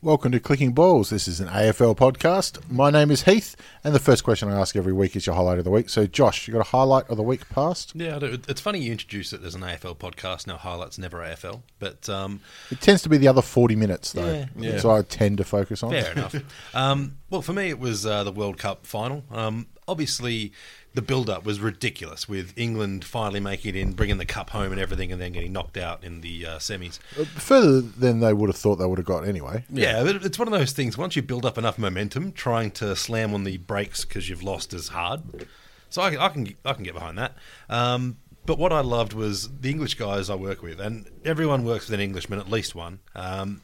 Welcome to Clicking Balls. This is an AFL podcast. My name is Heath, and the first question I ask every week is your highlight of the week. So, Josh, you got a highlight of the week past? Yeah, I do. it's funny you introduce it as an AFL podcast. Now highlights never AFL, but um, It tends to be the other 40 minutes, though. Yeah. That's what I tend to focus on. fair enough. Um, well, for me, it was uh, the World Cup final. Um, obviously, the build-up was ridiculous with England finally making it in, bringing the cup home and everything, and then getting knocked out in the uh, semis. Further than they would have thought they would have got anyway. Yeah, but it's one of those things. Once you build up enough momentum, trying to slam on the brakes because you've lost is hard. So I, I can I can get behind that. Um, but what I loved was the English guys I work with, and everyone works with an Englishman, at least one, um,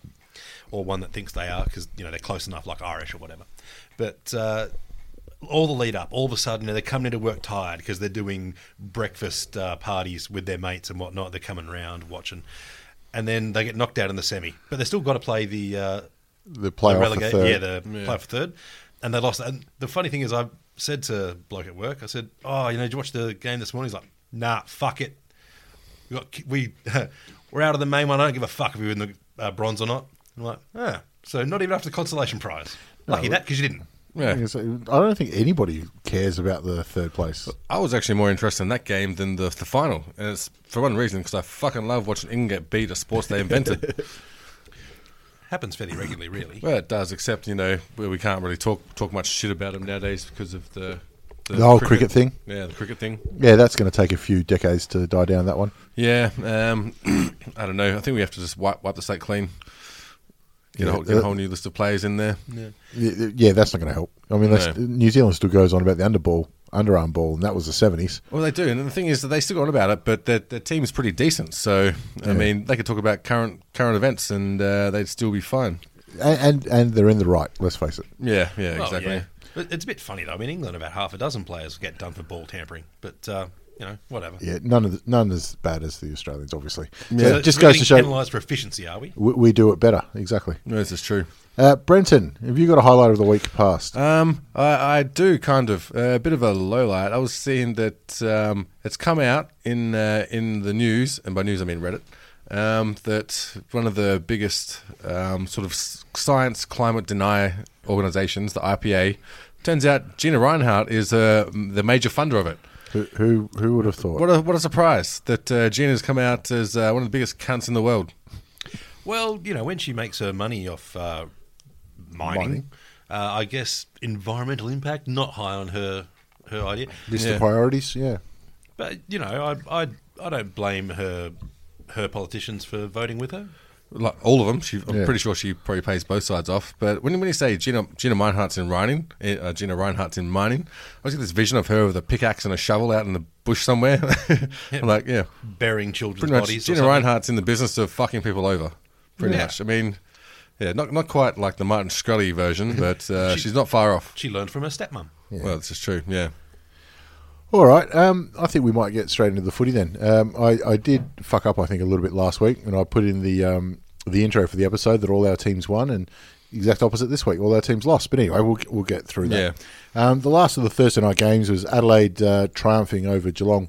or one that thinks they are because you know they're close enough, like Irish or whatever. But uh, all the lead up, all of a sudden, they're coming into work tired because they're doing breakfast uh, parties with their mates and whatnot. They're coming round watching, and then they get knocked out in the semi. But they still got to play the uh, The playoff for relega- third. yeah, the playoff for third, and they lost. And the funny thing is, I said to bloke at work, I said, "Oh, you know, did you watch the game this morning?" He's like, "Nah, fuck it. We got we we're out of the main one. I don't give a fuck if we win the uh, bronze or not." I'm like, "Ah, so not even after the consolation prize. Lucky that because you didn't." I Yeah. guess- uh, I don't think anybody cares about the third place. I was actually more interested in that game than the, the final. And it's for one reason, because I fucking love watching England get beat at sports they invented. Happens fairly regularly, really. well, it does, except, you know, we, we can't really talk talk much shit about them nowadays because of the... The whole cricket thing? Yeah, the cricket thing. Yeah, that's going to take a few decades to die down, that one. Yeah, um, I don't know. I think we have to just wipe, wipe the slate clean. Get, Yeah, a, whole, get a uh, whole new list of players in there. Y- Yeah, that's not going to help. I mean, that's, No. New Zealand still goes on about the underball, underarm ball, and that was the 70s. Well, they do, and the thing is that they still go on about it, but their, their team's pretty decent. So, I mean, they could talk about current current events, and uh, they'd still be fine. And, and, and they're in the right, let's face it. Yeah, yeah, Well, exactly. Oh, yeah. But It's a bit funny though. I mean, England about half a dozen players get done for ball tampering, but uh, you know, whatever. Yeah, none of the, none as bad as the Australians, obviously. Yeah. So it just goes to show penalised for efficiency, are we? we, we do it better. Exactly. No, this is true. Uh, Brenton, have you got a highlight of the week past? Um, I, I do kind of uh, a bit of a low light. I was seeing that um, it's come out in uh, in the news, and by news I mean Reddit, um, that one of the biggest um, sort of s- science climate denier organisations, the IPA, turns out Gina Reinhardt is uh, the major funder of it. who, who who would have thought? What a what a surprise that uh, Gina's come out as uh, one of the biggest cunts in the world. Well, you know, when she makes her money off uh, mining, Uh, I guess environmental impact not high on her her idea. List Yeah. of priorities, yeah. But you know, I I I don't blame her her politicians for voting with her. like all of them. She, I'm Yeah. pretty sure she probably pays both sides off. But when, when you say Gina Gina Reinhardt's in mining, eh, uh, Gina Reinhardt's in mining, I was get this vision of her with a pickaxe and a shovel out in the bush somewhere. I'm like, yeah, Burying children's pretty much. bodies. or Gina something. Reinhardt's in the business of fucking people over, pretty much. I mean, yeah, not not quite like the Martin Scully version, but uh, She- she's not far off. She learned from her stepmom. Well, this is true. Yeah, All right. Um, I think we might get straight into the footy then. Um, I, I did fuck up, I think, a little bit last week, and I put in the um, the intro for the episode that all our teams won, and exact opposite this week, all our teams lost. But anyway, we'll we'll get through that. Um, the last of the Thursday night games was Adelaide uh, triumphing over Geelong.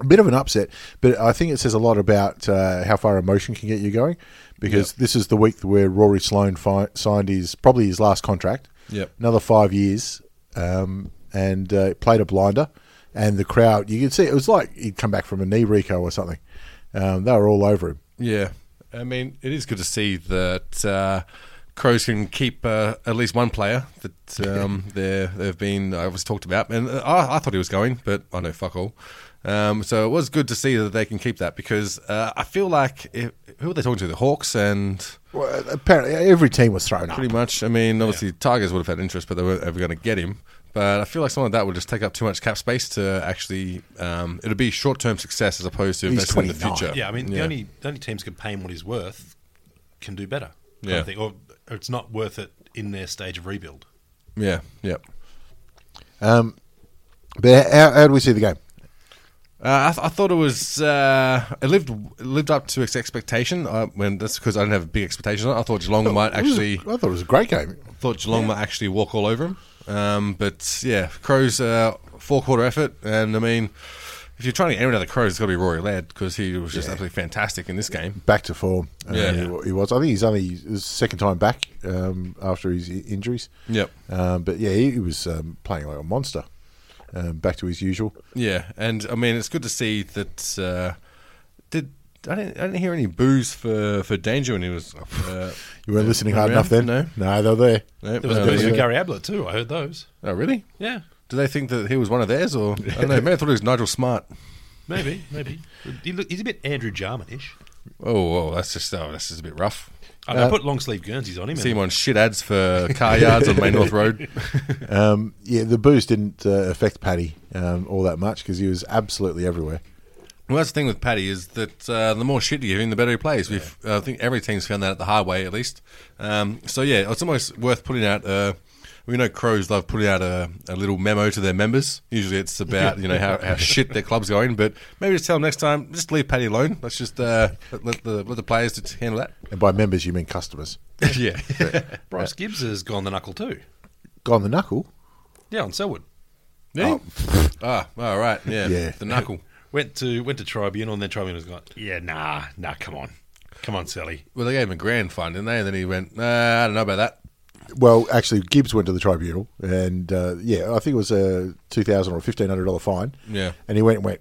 A bit of an upset, but I think it says a lot about uh, how far emotion can get you going, because this is the week where Rory Sloan fi- signed his probably his last contract Yep. another five years, um, and uh, played a blinder. And the crowd, you could see it was like he'd come back from a knee reco or something. Um, they were all over him. yeah. I mean, it is good to see that. Uh, Crows can keep uh, at least one player that um, there they've been I was talked about, and uh, I, I thought he was going, but I know fuck all. Um, so it was good to see that they can keep that because uh, I feel like if, who are they talking to? The Hawks and Well, apparently, every team was thrown up. pretty much. I mean, obviously Tigers would have had interest, but they weren't ever going to get him. But I feel like someone like that would just take up too much cap space to actually. Um, it'll be short term success as opposed to He's investing in the 29. future. Yeah, I mean, the only the only teams could pay him what he's worth can do better. kind Yeah. of thing. Or, or it's not worth it in their stage of rebuild. yeah, yeah. Um, but how, how do we see the game? Uh, I, th- I thought it was uh, it lived it lived up to its expectation. I, when that's because I didn't have big expectations. on it. I thought Oh, Geelong might It was- actually I thought it was a great game. thought Geelong might actually walk all over him. Um, but yeah, Crows uh, four quarter effort, and I mean, if you're trying to get anyone out of the Crows, it's got to be Rory Ladd because he was just absolutely fantastic in this game. back to form. Uh, Yeah. he, he was. I think he's only his second time back um, after his i- injuries. Yep. Um, but yeah, he, he was um, playing like a monster. Um, back to his usual. Yeah, and I mean it's good to see that. Uh, did I didn't, I didn't hear any boos for for Danger when he was. Uh, You weren't listening hard Around? enough then. No. no, they were there. no, There was no, a bit no. of Gary Ablett too. I heard those. Oh, really? Yeah, Do they think that he was one of theirs, or I don't know? Maybe I thought it was Nigel Smart. maybe, maybe. He look, he's a bit Andrew Jarman-ish. Oh, whoa, that's just oh, that's just a bit rough. I, I put long sleeve Guernseys on him. Uh, See And him on shit ads for car yards on Main North Road. Um, yeah, the booze didn't uh, affect Paddy um, all that much because he was absolutely everywhere. Well, that's the thing with Paddy is that uh, the more shit you give him, the better he plays. We've, I think every team's found that at the hard way, at least. Um, so yeah, it's almost worth putting out. Uh, we know Crows love putting out a, a little memo to their members. Usually, it's about you know how, how shit their club's going, but maybe just tell them next time. Just leave Paddy alone. Let's just uh, let- let the let the players just handle that. And by members, you mean customers. yeah, Bryce Gibbs has gone the knuckle too. Gone the knuckle. Yeah, on Selwood. yeah. Ah, all right. Yeah, Oh. Yeah. the knuckle. Went to went to tribunal and then tribunal's gone. Yeah, nah, nah. Come on, come on, Sally. Well, they gave him a grand fine, didn't they? And then he went, nah, I don't know about that. Well, actually, Gibbs went to the tribunal, and uh, yeah, I think it was a two thousand or fifteen hundred dollar fine. Yeah. and he went and went,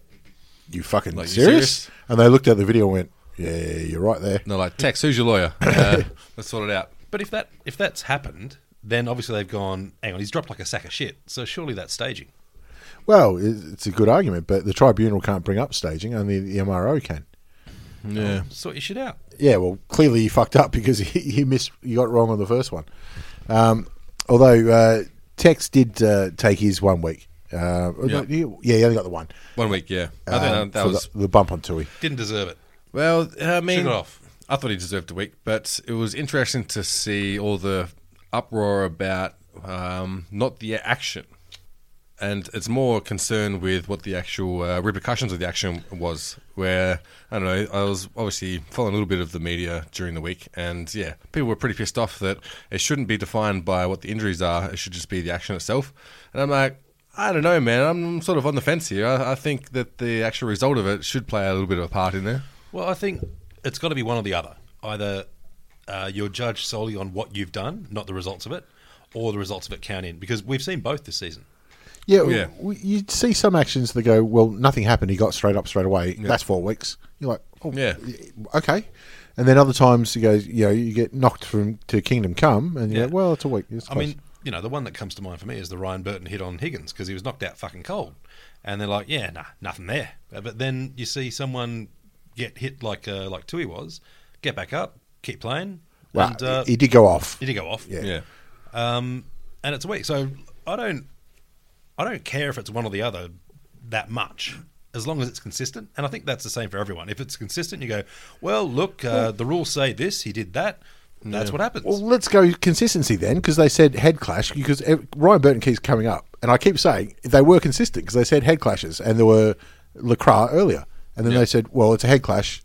"You fucking Like, you serious? serious? And they looked at the video and went, "Yeah, you're right there." And they're like, Tex, who's your lawyer? Uh, let's sort it out. But if that if that's happened, then obviously they've gone. Hang on, he's dropped like a sack of shit. So surely that's staging. Well, it- it's a good argument, but the tribunal can't bring up staging; only the MRO can. Yeah. Sort your shit out. Yeah, well, clearly he fucked up because he, he missed, he got wrong on the first one. Um, although uh, Tex did uh, take his one week. Uh, Yep. Yeah, he only got the one. One week, yeah. I think um, that, that for was the, the bump on Tui. Didn't deserve it. well. I mean, Shook it off. I thought he deserved a week, but it was interesting to see all the uproar about um, not the action, and it's more concerned with what the actual uh, repercussions of the action was. Where I don't know, I was obviously following a little bit of the media during the week, and yeah, people were pretty pissed off that it shouldn't be defined by what the injuries are; it should just be the action itself. And I'm like. I don't know, man. I'm sort of on the fence here. I, I think that the actual result of it should play a little bit of a part in there. Well, I think it's got to be one or the other. Either uh, you're judged solely on what you've done, not the results of it, or the results of it count in because we've seen both this season. Yeah, Yeah. w you see some actions that go, well, nothing happened. He got straight up straight away. That's four weeks. You're like, oh, Yeah. okay. And then other times you go, you know, you get knocked from to Kingdom Come, and you're Yeah. like, well, it's a week. It's I mean, you know, the one that comes to mind for me is the Ryan Burton hit on Higgins because he was knocked out fucking cold. And they're like, yeah, nah, nothing there. Uh, But then you see someone get hit like uh, like Tui was, get back up, keep playing, well, and uh, he did go off. he did go off. Yeah. Yeah. Um, and it's a week, so I don't, I don't care if it's one or the other that much, as long as it's consistent. And I think that's the same for everyone. If it's consistent, you go, well, look, uh, the rules say this, he did that. That's what happens. Well, let's go consistency then, because they said head clash. Because ev- Ryan Burton keeps coming up, and I keep saying they were consistent because they said head clashes, and there were Lacra earlier, and then they said, "Well, it's a head clash."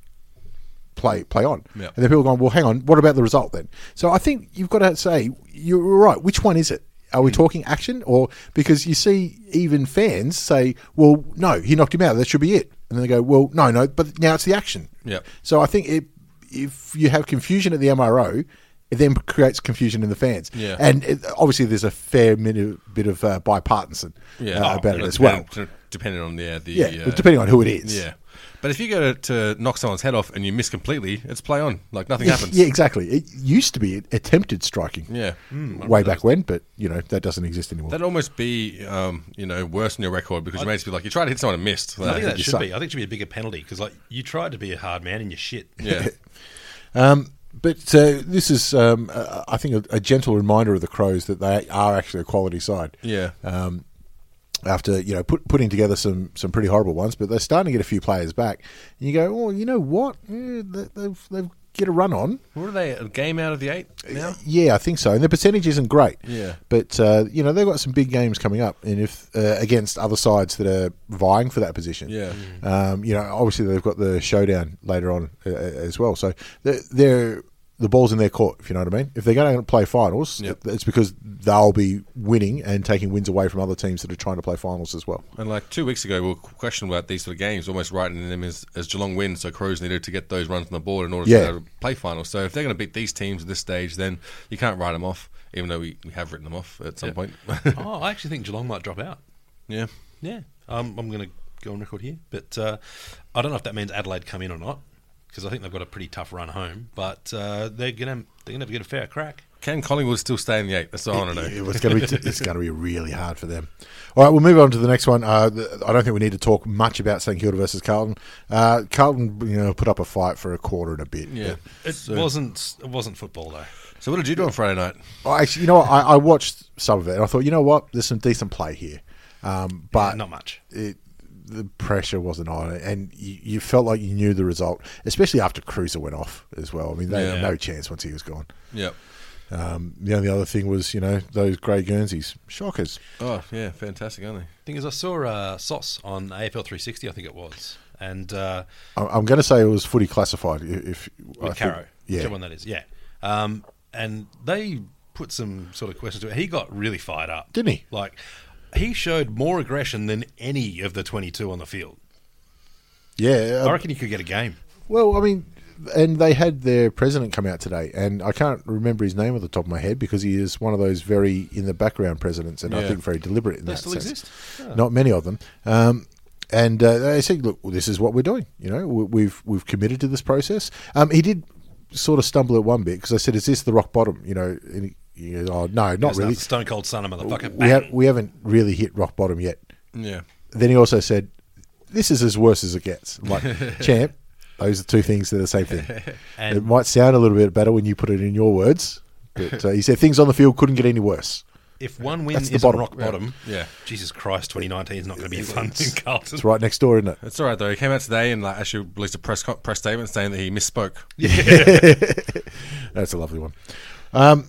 Play play on, Yeah. and then people are going. Well, hang on. What about the result then? So I think you've got to say you're right. Which one is it? Are we talking action or because you see even fans say, "Well, no, he knocked him out. That should be it." And then they go, "Well, no, no, but now it's the action." Yep. So I think it, if you have confusion at the MRO, it then creates confusion in the fans. Yeah. And it, obviously, there's a fair minute, bit of uh, bipartisan yeah, uh, Oh, about you it know, as well. depending- Depending on the, uh, the Yeah, uh, depending on who it is. yeah. But if you go to, to knock someone's head off and you miss completely, it's play on like nothing happens. Yeah, exactly. It used to be attempted striking Yeah. way back when, but you know that doesn't exist anymore. That'd almost be, um, you know, worse than your record because you may just be like, you tried to hit someone and I missed. think Like, that you should suck. be. I think it should be a bigger penalty because, like, you tried to be a hard man and you shit. yeah. Um, but uh, this is, um, uh, I think, a, a gentle reminder of the Crows that they are actually a quality side. Yeah. Um, after you know put, putting together some some pretty horrible ones, but they're starting to get a few players back. And you go, oh, you know what? Yeah, they, they've they've get a run on. What are they? A game out of the eight now? Yeah, I think so. And the percentage isn't great. Yeah. But uh, you know they've got some big games coming up, and if uh, against other sides that are vying for that position. Yeah. Um, you know, obviously they've got the showdown later on uh, as well. So they're, they're the ball's in their court, if you know what I mean. If they're going to play finals, Yep. it's because they'll be winning and taking wins away from other teams that are trying to play finals as well. And like two weeks ago, we were questioning about these sort of games, almost writing them as, as Geelong wins, so Crows needed to get those runs on the board in order to Yeah. be able to play finals. So if they're going to beat these teams at this stage, then you can't write them off, even though we, we have written them off at some point. oh, I actually think Geelong might drop out. yeah. Yeah, um, I'm going to go on record here, but uh, I don't know if that means Adelaide come in or not because I think they've got a pretty tough run home. But uh, they're going to they're going to get a fair crack. Can Collingwood still stay in the eight? That's all I want to know. It was going to be it's going to be really hard for them. All right, we'll move on to the next one. Uh, th- I don't think we need to talk much about St Kilda versus Carlton. Uh, Carlton, you know, put up a fight for a quarter and a bit. Yeah. It wasn't it wasn't football though. So what did you do on Friday night? Oh, actually, you know, what? I, I watched some of it and I thought, you know what, there's some decent play here, um, but Not much. it, the pressure wasn't on, it, and you, you felt like you knew the result, especially after Cruiser went off as well. I mean, they Yeah. had no chance once he was gone. Yep. Um, the only other thing was, you know, those grey Guernseys, shockers. Oh, yeah, fantastic, aren't they? Thing is, I saw uh, Sauce on AFL 360, I think it was, and uh, I- I'm going to say it was footy classified. i- If with I think- Caro, whichever yeah, one that is, yeah. Um, and they put some sort of questions to it. He got really fired up, Didn't he? Like he showed more aggression than any of the 22 on the field. yeah. I uh, reckon he could get a game. Well, I mean, and they had their president come out today, and I can't remember his name at the top of my head because he is one of those very in the background presidents, and I Yeah. think very deliberate in They that still sense. exist? Yeah. Not many of them. Um, and uh, they said, "Look, well, this is what we're doing. You know, we, we've we've committed to this process." Um, he did sort of stumble at one bit because I said, "Is this the rock bottom?" You know, and he, he goes, "Oh no, not That's really. the stone cold son of motherfucker. We, ha- Bang. we haven't really hit rock bottom yet." Yeah. Then he also said, "This is as worse as it gets." I'm like, champ, those are two things. They're the same thing. And- it might sound a little bit better when you put it in your words, but uh, he said things on the field couldn't get any worse. if one win That's the isn't bottom. rock bottom, Yeah. Jesus Christ, 2019 is not going to be fun in Carlton. It's right next door, isn't it? It's all right, though. He came out today and like actually released a press, co- press statement saying that he misspoke. That's a lovely one. Um,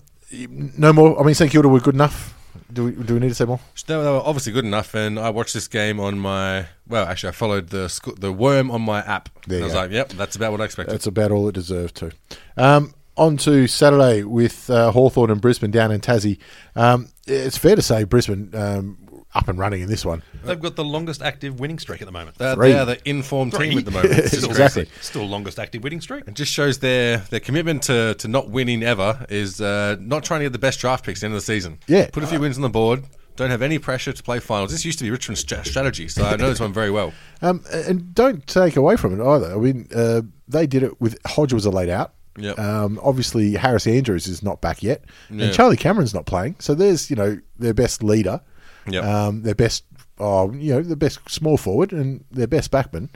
no more. I mean, St Kilda were good enough. Do we, do we need to say more? They were, they were obviously good enough, and I watched this game on my. Well, actually, I followed the sc- the worm on my app. There And I you was go. like, "Yep, that's about what I expected." That's about all it deserved to. Um, on to Saturday with uh, Hawthorn and Brisbane down in Tassie. Um, it's fair to say Brisbane um, up and running in this one. They've got the longest active winning streak at the moment. They're, Three. they are the informed team at the moment. It's just Exactly. crazy. Still longest active winning streak. It just shows their their commitment to, to not winning ever is uh, not trying to get the best draft picks at the end of the season. Yeah. put a few wins on the board. Don't have any pressure to play finals. This used to be Richmond's stra- strategy, so I know this one very well. Um, and don't take away from it either. I mean, uh, they did it with Hodge was a laid out. Yep. Um, obviously, Harris Andrews is not back yet, Yeah. and Charlie Cameron's not playing. So there's you know their best leader, Yep. um, their best, oh, you know, their best small forward and their best backman,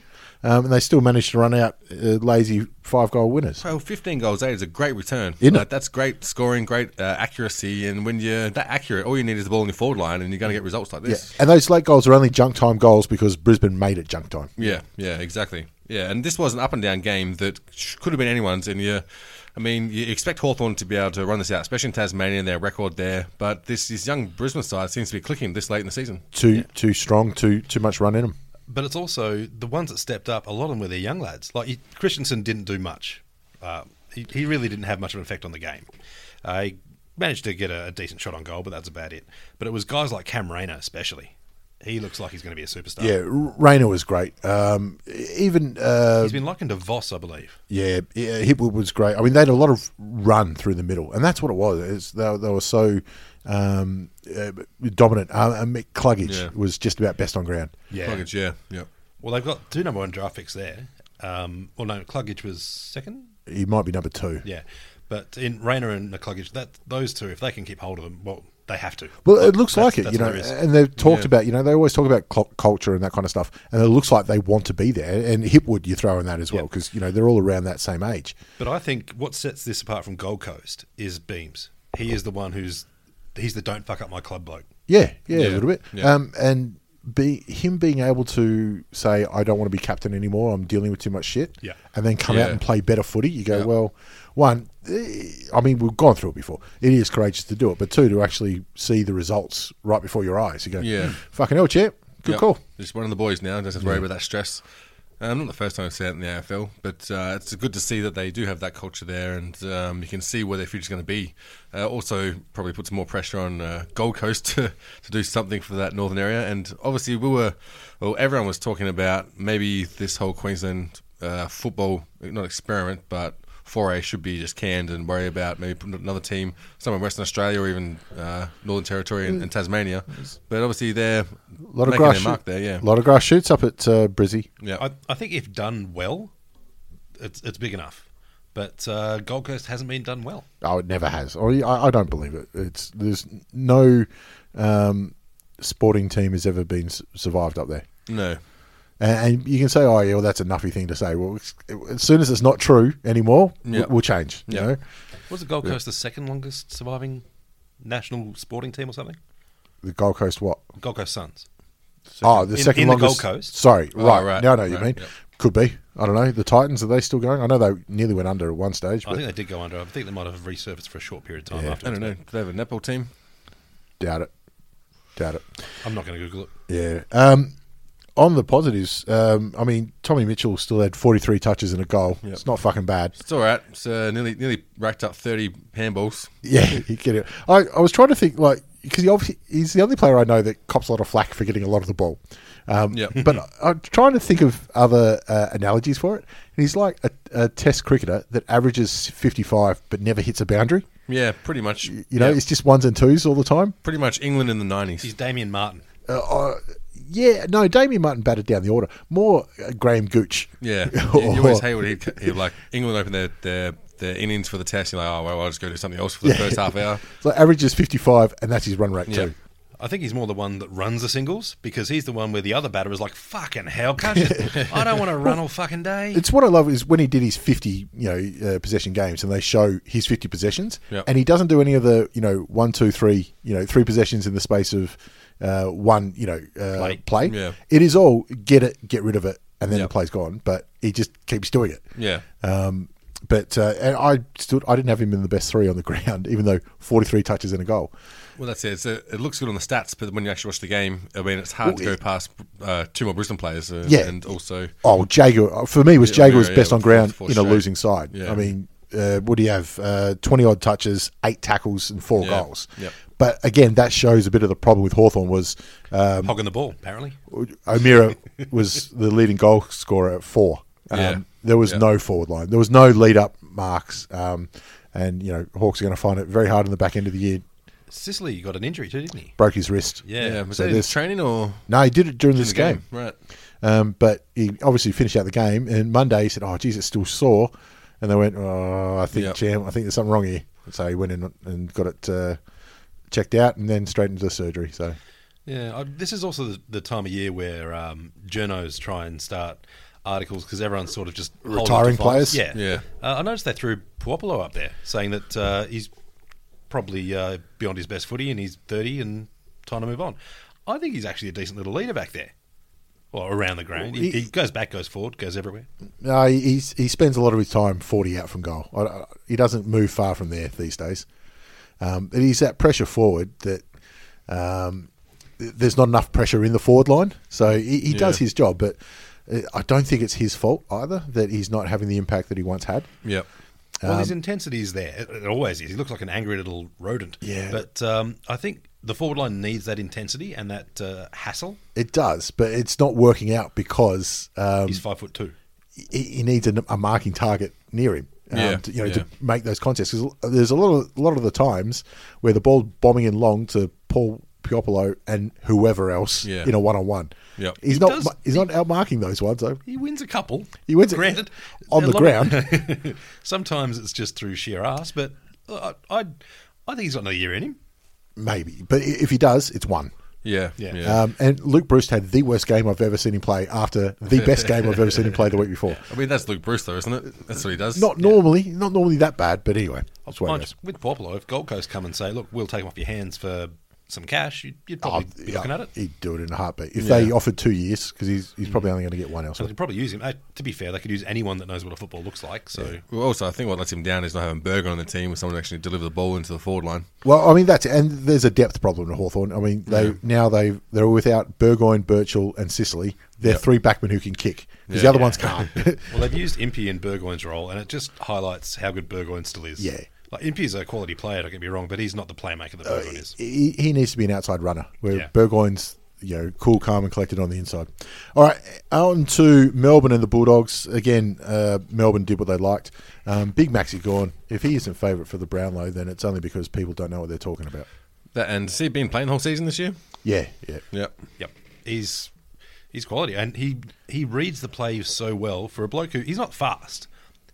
um, and they still managed to run out uh, lazy five goal winners. Well, 15 goals eight is a great return. Isn't it? Like, That's great scoring, great uh, accuracy, and when you're that accurate, all you need is the ball in your forward line, and you're going to get results like Yeah. this. And those late goals are only junk time goals because Brisbane made it junk time. Yeah, yeah, exactly. Yeah, and this was an up and down game that sh- could have been anyone's. And you, I mean, you expect Hawthorn to be able to run this out, especially in Tasmania and their record there. But this this young Brisbane side seems to be clicking this late in the season. Too too strong, too too much run in them. But it's also the ones that stepped up. A lot of them were their young lads. Like he- Christensen didn't do much. Uh, he, he really didn't have much of an effect on the game. Uh, he managed to get a, a decent shot on goal, but that's about it. But it was guys like Cam Rayner, especially. He looks like he's going to be a superstar. Yeah, Rayner was great. Um, even uh, he's been likened to Voss, I believe. Yeah, yeah, Hipwood was great. I mean, they had a lot of run through the middle, and that's what it was. It's, they, they were so um, uh, dominant. Um, and Mick Cluggage Yeah. was just about best on ground. Yeah. Luggage, yeah, yeah. Well, they've got two number one draft picks there. Um, well, no, Cluggage was second. He might be number two. Yeah, but in Rayner and Cluggage, that those two, if they can keep hold of them, well, they have to. Well, it looks like it, that's you know. what it is. and they've talked Yeah. about, you know, they always talk about cl- culture and that kind of stuff, and it looks like they want to be there. And Hipwood, you throw in that as well, Yep. because you know they're all around that same age. But I think what sets this apart from Gold Coast is Beams. He is the one who's he's the don't fuck up my club bloke. Yeah, yeah, Yeah, a little bit. yeah. Um, and be him being able to say, "I don't want to be captain anymore. I'm dealing with too much shit." Yeah. and then come Yeah. out and play better footy. You go, Yeah. well, one, eh, I mean, we've gone through it before. It is courageous to do it, but two, to actually see the results right before your eyes. You go, Yeah. fucking hell, champ. Good Yep. call. Just one of the boys now. Doesn't have to worry about that stress. Um, not the first time I've seen it in the AFL, but uh, it's good to see that they do have that culture there, and um, you can see where their future's going to be. Uh, also, probably puts more pressure on uh, Gold Coast to, to do something for that northern area. And obviously, we were, well, everyone was talking about maybe this whole Queensland uh, football, not experiment, but foray should be just canned and worry about maybe putting another team somewhere in Western Australia or even uh, Northern Territory Mm. and, and Tasmania. But obviously, they're A lot of grass. making their shoot- mark there. Yeah, lot of grass shoots up at uh, Brizzy. yeah. I, I think if done well, it's it's big enough. But uh, Gold Coast hasn't been done well. Oh, it never has. Or I, I don't believe it. It's there's no um, sporting team has ever been s- survived up there. no. And, and you can say, oh, yeah, well, that's a nuffy thing to say. Well, it's, as soon as it's not true anymore, w- Yeah. we'll change. You Yeah. know, Was the Gold Coast the second longest surviving national sporting team or something? the Gold Coast what? Gold Coast Suns. oh, the in- second in the Gold longest. Coast? Sorry, Oh, right. right, Now I know what you right, mean. yep. Could be. I don't know. The Titans are they still going? I know they nearly went under at one stage, I but think they did go under. I think they might have resurfaced for a short period of time Yeah. I afterwards. don't know. Do they have a netball team? doubt it. Doubt it. I'm not going to Google it. Yeah. Um, on the positives, um, I mean, Tommy Mitchell still had 43 touches and a goal. Yep. It's not fucking bad. It's all right. It's uh, nearly nearly racked up thirty handballs. Yeah, you get it. I, I was trying to think, like, because he obviously, he's the only player I know that cops a lot of flack for getting a lot of the ball. Um, Yep. But I- I'm trying to think of other uh, analogies for it. And he's like a, a test cricketer that averages 55 but never hits a boundary. Yeah, pretty much. You know, yeah, it's just ones and twos all the time. pretty much England in the nineties. He's Damien Martin. Uh, uh, yeah, no, Damien Martin batted down the order. More uh, Graham Gooch. Yeah, Or- you, you always Oh. hate what he he like. England open their their their innings for the test. You're like, oh well, I'll just go do something else for the Yeah. first half hour. So averages 55, and that's his run rate Yeah. too. I think he's more the one that runs the singles because he's the one where the other batter is like, fucking hell, can't you? I don't want to run all fucking day. It's what I love is when he did his 50, you know, uh, possession games, and they show his 50 possessions, Yeah. and he doesn't do any of the, you know, one, two, three, you know, three possessions in the space of uh, one, you know, uh, Play. play. Yeah. It is all get it, get rid of it, and then Yeah. the play's gone. But he just keeps doing it. Yeah, Um, but uh, and I stood, I didn't have him in the best three on the ground, even though 43 touches and a goal. well that's it. It's a, it looks good on the stats, but when you actually watch the game, I mean, it's hard to Well, go past uh, two more Brisbane players. Uh, Yeah. and also Oh, Jaguar for me was Yeah, Jaguar's yeah, best yeah, on ground for- for in a sure. losing side. Yeah. I mean, uh, what do you have? Uh, Twenty odd touches, eight tackles, and four Yeah, goals. yep. But again, that shows a bit of the problem with Hawthorn was um, Hogging the ball, apparently. O'Meara was the leading goal scorer at four. Um, Yeah. There was Yeah. no forward line. There was no lead up marks. Um, and you know, Hawks are going to find it very hard in the back end of the year. Sicily got an injury too, didn't he? Broke his wrist. Yeah. yeah, was so that in there's- training or No, he did it during this the game. Right. Um, but he obviously finished out the game, and Monday he said, "Oh, geez, it's still sore," and they went, "Oh, I think, Yep. Jam, I think there's something wrong here." So he went in and got it uh, checked out, and then straight into the surgery. So Yeah, I, this is also the, the time of year where um, journos try and start articles because everyone's sort of just holding Retiring to files. players? Yeah, Yeah. Uh, I noticed they threw Puopolo up there, saying that uh, he's probably uh, beyond his best footy and he's thirty and time to move on. I think he's actually a decent little leader back there, or around the ground. He, He- he goes back, goes forward, goes everywhere. no, he he's, he spends a lot of his time forty out from goal. I, I, he doesn't move far from there these days. Um, it is that pressure forward that um, th- there's not enough pressure in the forward line, so he, he does Yeah. his job, but. uh, I don't think it's his fault either that he's not having the impact that he once had. Yep. Well, Um, his intensity is there. It, it always is. He looks like an angry little rodent. Yeah. But um, I think the forward line needs that intensity and that uh, hassle. It does, but it's not working out because um, He's five foot two. he, he needs a, a marking target near him. Um, Yeah, to, you know, yeah. to make those contests. 'Cause there's a lot of a lot of the times where the ball bombing in long to Paul Piopolo and whoever else Yeah. in a one on one. Yep. He's He not does- ma- he's not out marking those ones though. He wins a couple. He wins it Granted, on a the lot of- sometimes it's just through sheer ass, but I, I, I think he's got another year in him. Maybe, but i- if he does, it's one. Yeah. Yeah. Um, and Luke Bruce had the worst game I've ever seen him play after the best game I've ever seen him play the week before. I mean, that's Luke Bruce, though, isn't it? That's what he does. Not normally, not normally that bad, but anyway, that's where it Mind is. you, with Popolo, if Gold Coast come and say, "Look, we'll take him off your hands for some cash, you'd, you'd probably Oh, be yeah, looking at it. He'd do it in a heartbeat. If they offered two years, because he's, he's probably only going to get one So they elsewhere. could probably use him. Uh, to be fair, they could use anyone that knows what a football looks like. So Well, also, I think what lets him down is not having Berger on the team with someone to actually deliver the ball into the forward line. Well, I mean that's and there's a depth problem to Hawthorn. I mean they now they they're without Burgoyne, Birchall, and Sicily. They're three backmen who can kick because the Yeah. other ones can't. Well, they've used Impey in Burgoyne's role, and it just highlights how good Burgoyne still is. Yeah. Oh, Like, Impey's a quality player, don't get me wrong, but he's not the playmaker that Burgoyne is. he, he needs to be an outside runner where Yeah. Burgoyne's you know cool, calm, and collected on the inside. All right, on to Melbourne and the Bulldogs again. Uh, Melbourne did what they liked. Um, Big Maxi Gorn, if he isn't favourite for the Brownlow, then it's only because people don't know what they're talking about. That, and has he been playing the whole season this year? Yeah, yeah. Yep. Yep. He's he's quality, and he he reads the play so well for a bloke who he's not fast.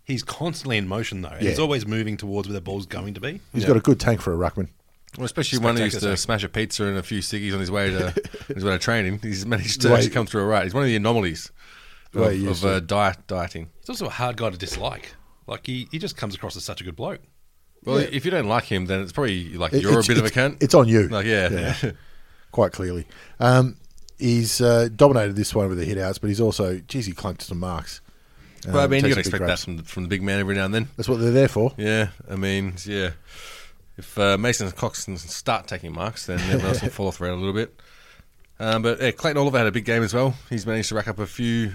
He's constantly in motion though, and he's Yeah. always moving towards where the ball's going to be. he's got a good tank for a ruckman. Well, especially when he used Spectacular. to smash a pizza and a few ciggies on his way to on his way to training. He's managed to Right. actually come through all right. He's one of the anomalies of, Right, you of uh, diet dieting. He's also a hard guy to dislike. Like he, he just comes across as such a good bloke. Well, if you don't like him, then it's probably like It- you're a it's- bit of a it's- cunt. It's on you. like yeah, quite clearly. Um, he's uh, dominated this one with the hit outs, but he's also, geez, he clunked some marks. Well, I Um, mean, you takes got to a big expect grab. that from the, from the big man every now and then. That's what they're there for. Yeah, I mean, yeah. If uh, Mason and Cox can start taking marks, then everyone else will fall off around a little bit. Um, but yeah, Clayton Oliver had a big game as well. He's managed to rack up a few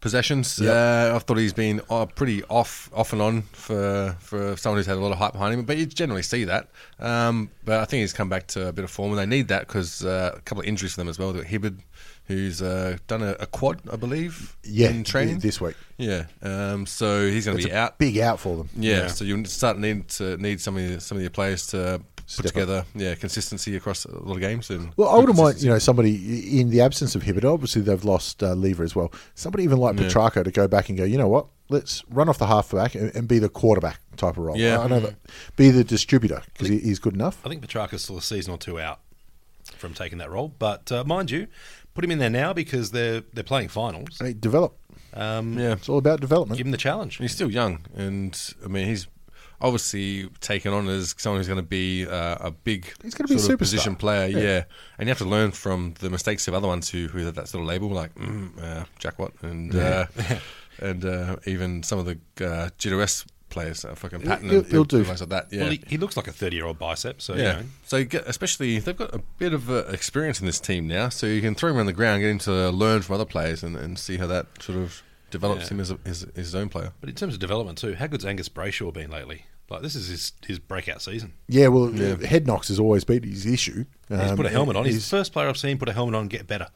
possessions. Uh, I thought he's been uh, pretty off off and on for for someone who's had a lot of hype behind him. But you generally see that. Um, but I think he's come back to a bit of form, and they need that because uh, a couple of injuries for them as well. They've got Hibbard, who's uh, done a, a quad, I believe, Yeah, in training. this week. yeah, um, so he's going to It's be a out. big out for them. Yeah, so you start need to need some of your, some of your players to put Step up. together yeah consistency across a lot of games. And Well, I good wouldn't mind, consistency. you know, somebody in the absence of Hibbert. Obviously, they've lost uh, Lever as well. Somebody even like Petrarca to go back and go, you know what? Let's run off the halfback and, and be the quarterback type of role. Yeah. I know that. Be the distributor because he, he's good enough. I think Petrarca's still a season or two out from taking that role, but uh, mind you, put him in there now because they're they're playing finals. Hey, develop. Um, Yeah, It's all about development. Give him the challenge. he's still young, and I mean he's obviously taken on as someone who's going to be uh, a big He's gonna be a sort of superstar. position player. Yeah. and you have to learn from the mistakes of other ones who who had that sort of label, like mm, uh, Jack Watt and uh, and uh, even some of the uh, GWS players, uh, fucking Patton, he'll- and he'll do. guys like that. Yeah, Well, he, he looks like a thirty-year-old bicep, so Yeah. you know, So you get, especially they've got a bit of uh, experience in this team now, so you can throw him on the ground, get him to learn from other players, and, and see how that sort of develops Yeah. him as, a, as, as his own player. But in terms of development too, how good's Angus Brayshaw been lately? Like this is his, his breakout season. yeah, well, head knocks has always been his issue. He's Um, put a helmet on. He's, he's- the first player I've seen put a helmet on and get better.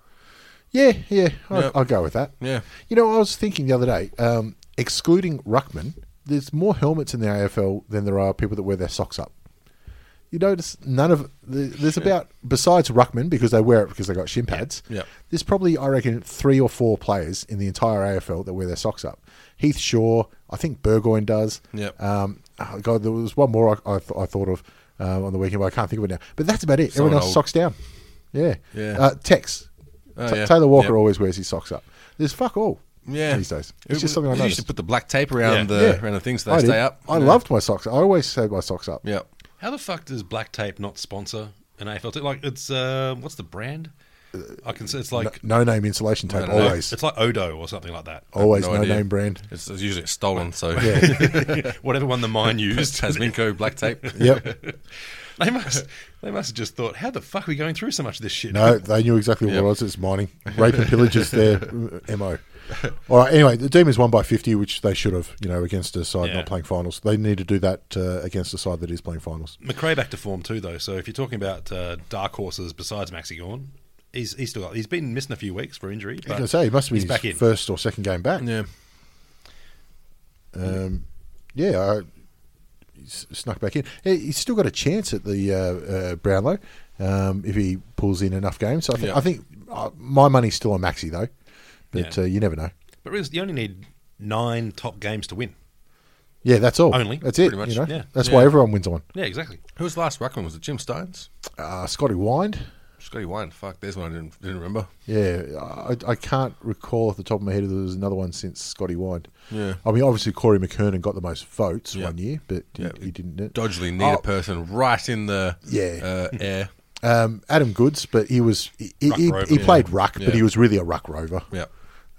Yeah, yeah, I, Yep. I'll go with that. Yeah. you know, I was thinking the other day, um, excluding ruckman, there's more helmets in the AFL than there are people that wear their socks up. You notice none of the, there's about besides ruckman because they wear it because they got shin pads. Yep. there's probably I reckon three or four players in the entire AFL that wear their socks up. Heath Shaw, I think Burgoyne does. Yep. Um, oh God, there was one more I, I, th- I thought of um, on the weekend, but I can't think of it now. But that's about it. Someone Everyone else old. socks down. Yeah. Yeah. Uh, Tex. Oh, Ta- yeah. Taylor Walker Yep. always wears his socks up. There's fuck all. Yeah, These days, It it's was- just something I they used to noticed. put the black tape around Yeah. the Yeah. around the things so I they did. stay up. I Yeah. loved my socks. I always saved my socks up. Yeah. How the fuck does black tape not sponsor an AFL team? Like it's uh, what's the brand? I can say it's like No name insulation tape. No, no, no. always, it's like Odo or something like that. always no no, idea. name brand. It's, it's usually stolen, so Oh. Whatever one the mine used. Tasminco black tape. Yep. they must they must have just thought, how the fuck are we going through so much of this shit? No, they knew exactly what Yep. it was. It's mining, rape and pillage is their uh, mo. All right. Anyway, the Demons won by fifty, which they should have. You know, against a side Yeah. not playing finals, they need to do that uh, against a side that is playing finals. McRae back to form too, though. So if you're talking about uh, dark horses besides Maxi Gorn, he's he's still got, he's been missing a few weeks for injury. I But can say it must be he's his back in. first or second game back. yeah. Um, yeah, I, he s- snuck back in. He- He's still got a chance at the uh, uh, Brownlow um, if he pulls in enough games. So I, th- Yeah. I think uh, my money's still on Maxi though, but Yeah. uh, you never know. But really, you only need nine top games to win. Yeah, that's all. Only, that's it. pretty much, you know? yeah. that's Yeah. why everyone wins on. Yeah, exactly. Who was the last ruckman? Was it Jim Steins? Uh, Scotty Wind. Scotty Wine. Fuck, there's one I didn't, didn't remember. Yeah, I, I can't recall off the top of my head if there was another one since Scotty Wind. Yeah. I mean, obviously Corey McKernan got the most votes Yeah. one year, but Yeah. he, he didn't. Dodgely need Oh. a person right in the Yeah. uh, air. um, Adam Goods, but he was he, he, Ruck he, rover, he yeah. played ruck, Yeah. but he was really a ruck rover. Yeah.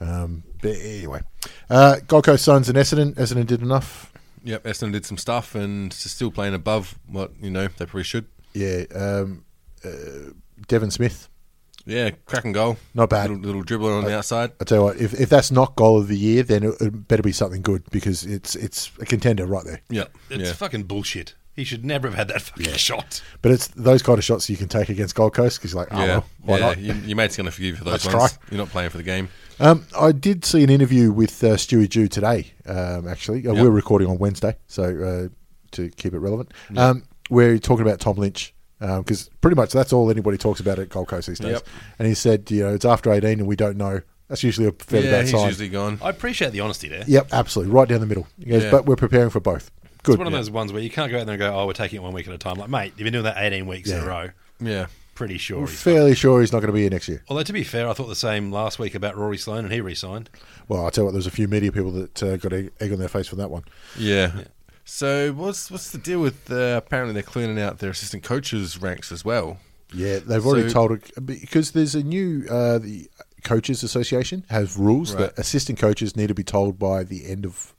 Um, but anyway, uh, Gold Coast Suns and Essendon. Essendon did enough. Yep, Essendon did some stuff and s- still playing above what you know they probably should. Yeah, um, uh, Devin Smith. Yeah, cracking goal. Not bad. Uh, Little, little dribbler on the outside. I tell you what, if, if that's not goal of the year, then it, it better be something good because it's it's a contender right there. Yep. It's yeah. fucking bullshit. He should never have had that fucking shot. But it's those kind of shots you can take against Gold Coast because like, oh, yeah. well, why yeah. not? You, your mate's going to forgive you for those Let's ones. try. You're not playing for the game. Um, I did see an interview with uh, Stewie Jew today. Um, actually, uh, Yep. we're recording on Wednesday, so uh, to keep it relevant, um, we're talking about Tom Lynch because pretty much that's all anybody talks about at Gold Coast these days. Yep. And he said, you know, it's after eighteen and we don't know. That's usually a fairly yeah, bad he's sign. usually gone. I appreciate the honesty there. Yep, absolutely, right down the middle. He goes, Yeah. But we're preparing for both. It's Good. one of those ones where you can't go out there and go, "Oh, we're taking it one week at a time." Like, mate, you've been doing that 18 weeks in Yeah. a row. Yeah. Pretty sure. he's fucked. fairly sure he's not going to be here next year. Although to be fair, I thought the same last week about Rory Sloan, and he resigned. Well, I tell you what, there's a few media people that uh, got egg, egg on their face for that one. Yeah. So what's what's the deal with uh, apparently they're cleaning out their assistant coaches ranks as well? Yeah, they've already So- told it because there's a new uh, the coaches association has rules Right. that assistant coaches need to be told by the end of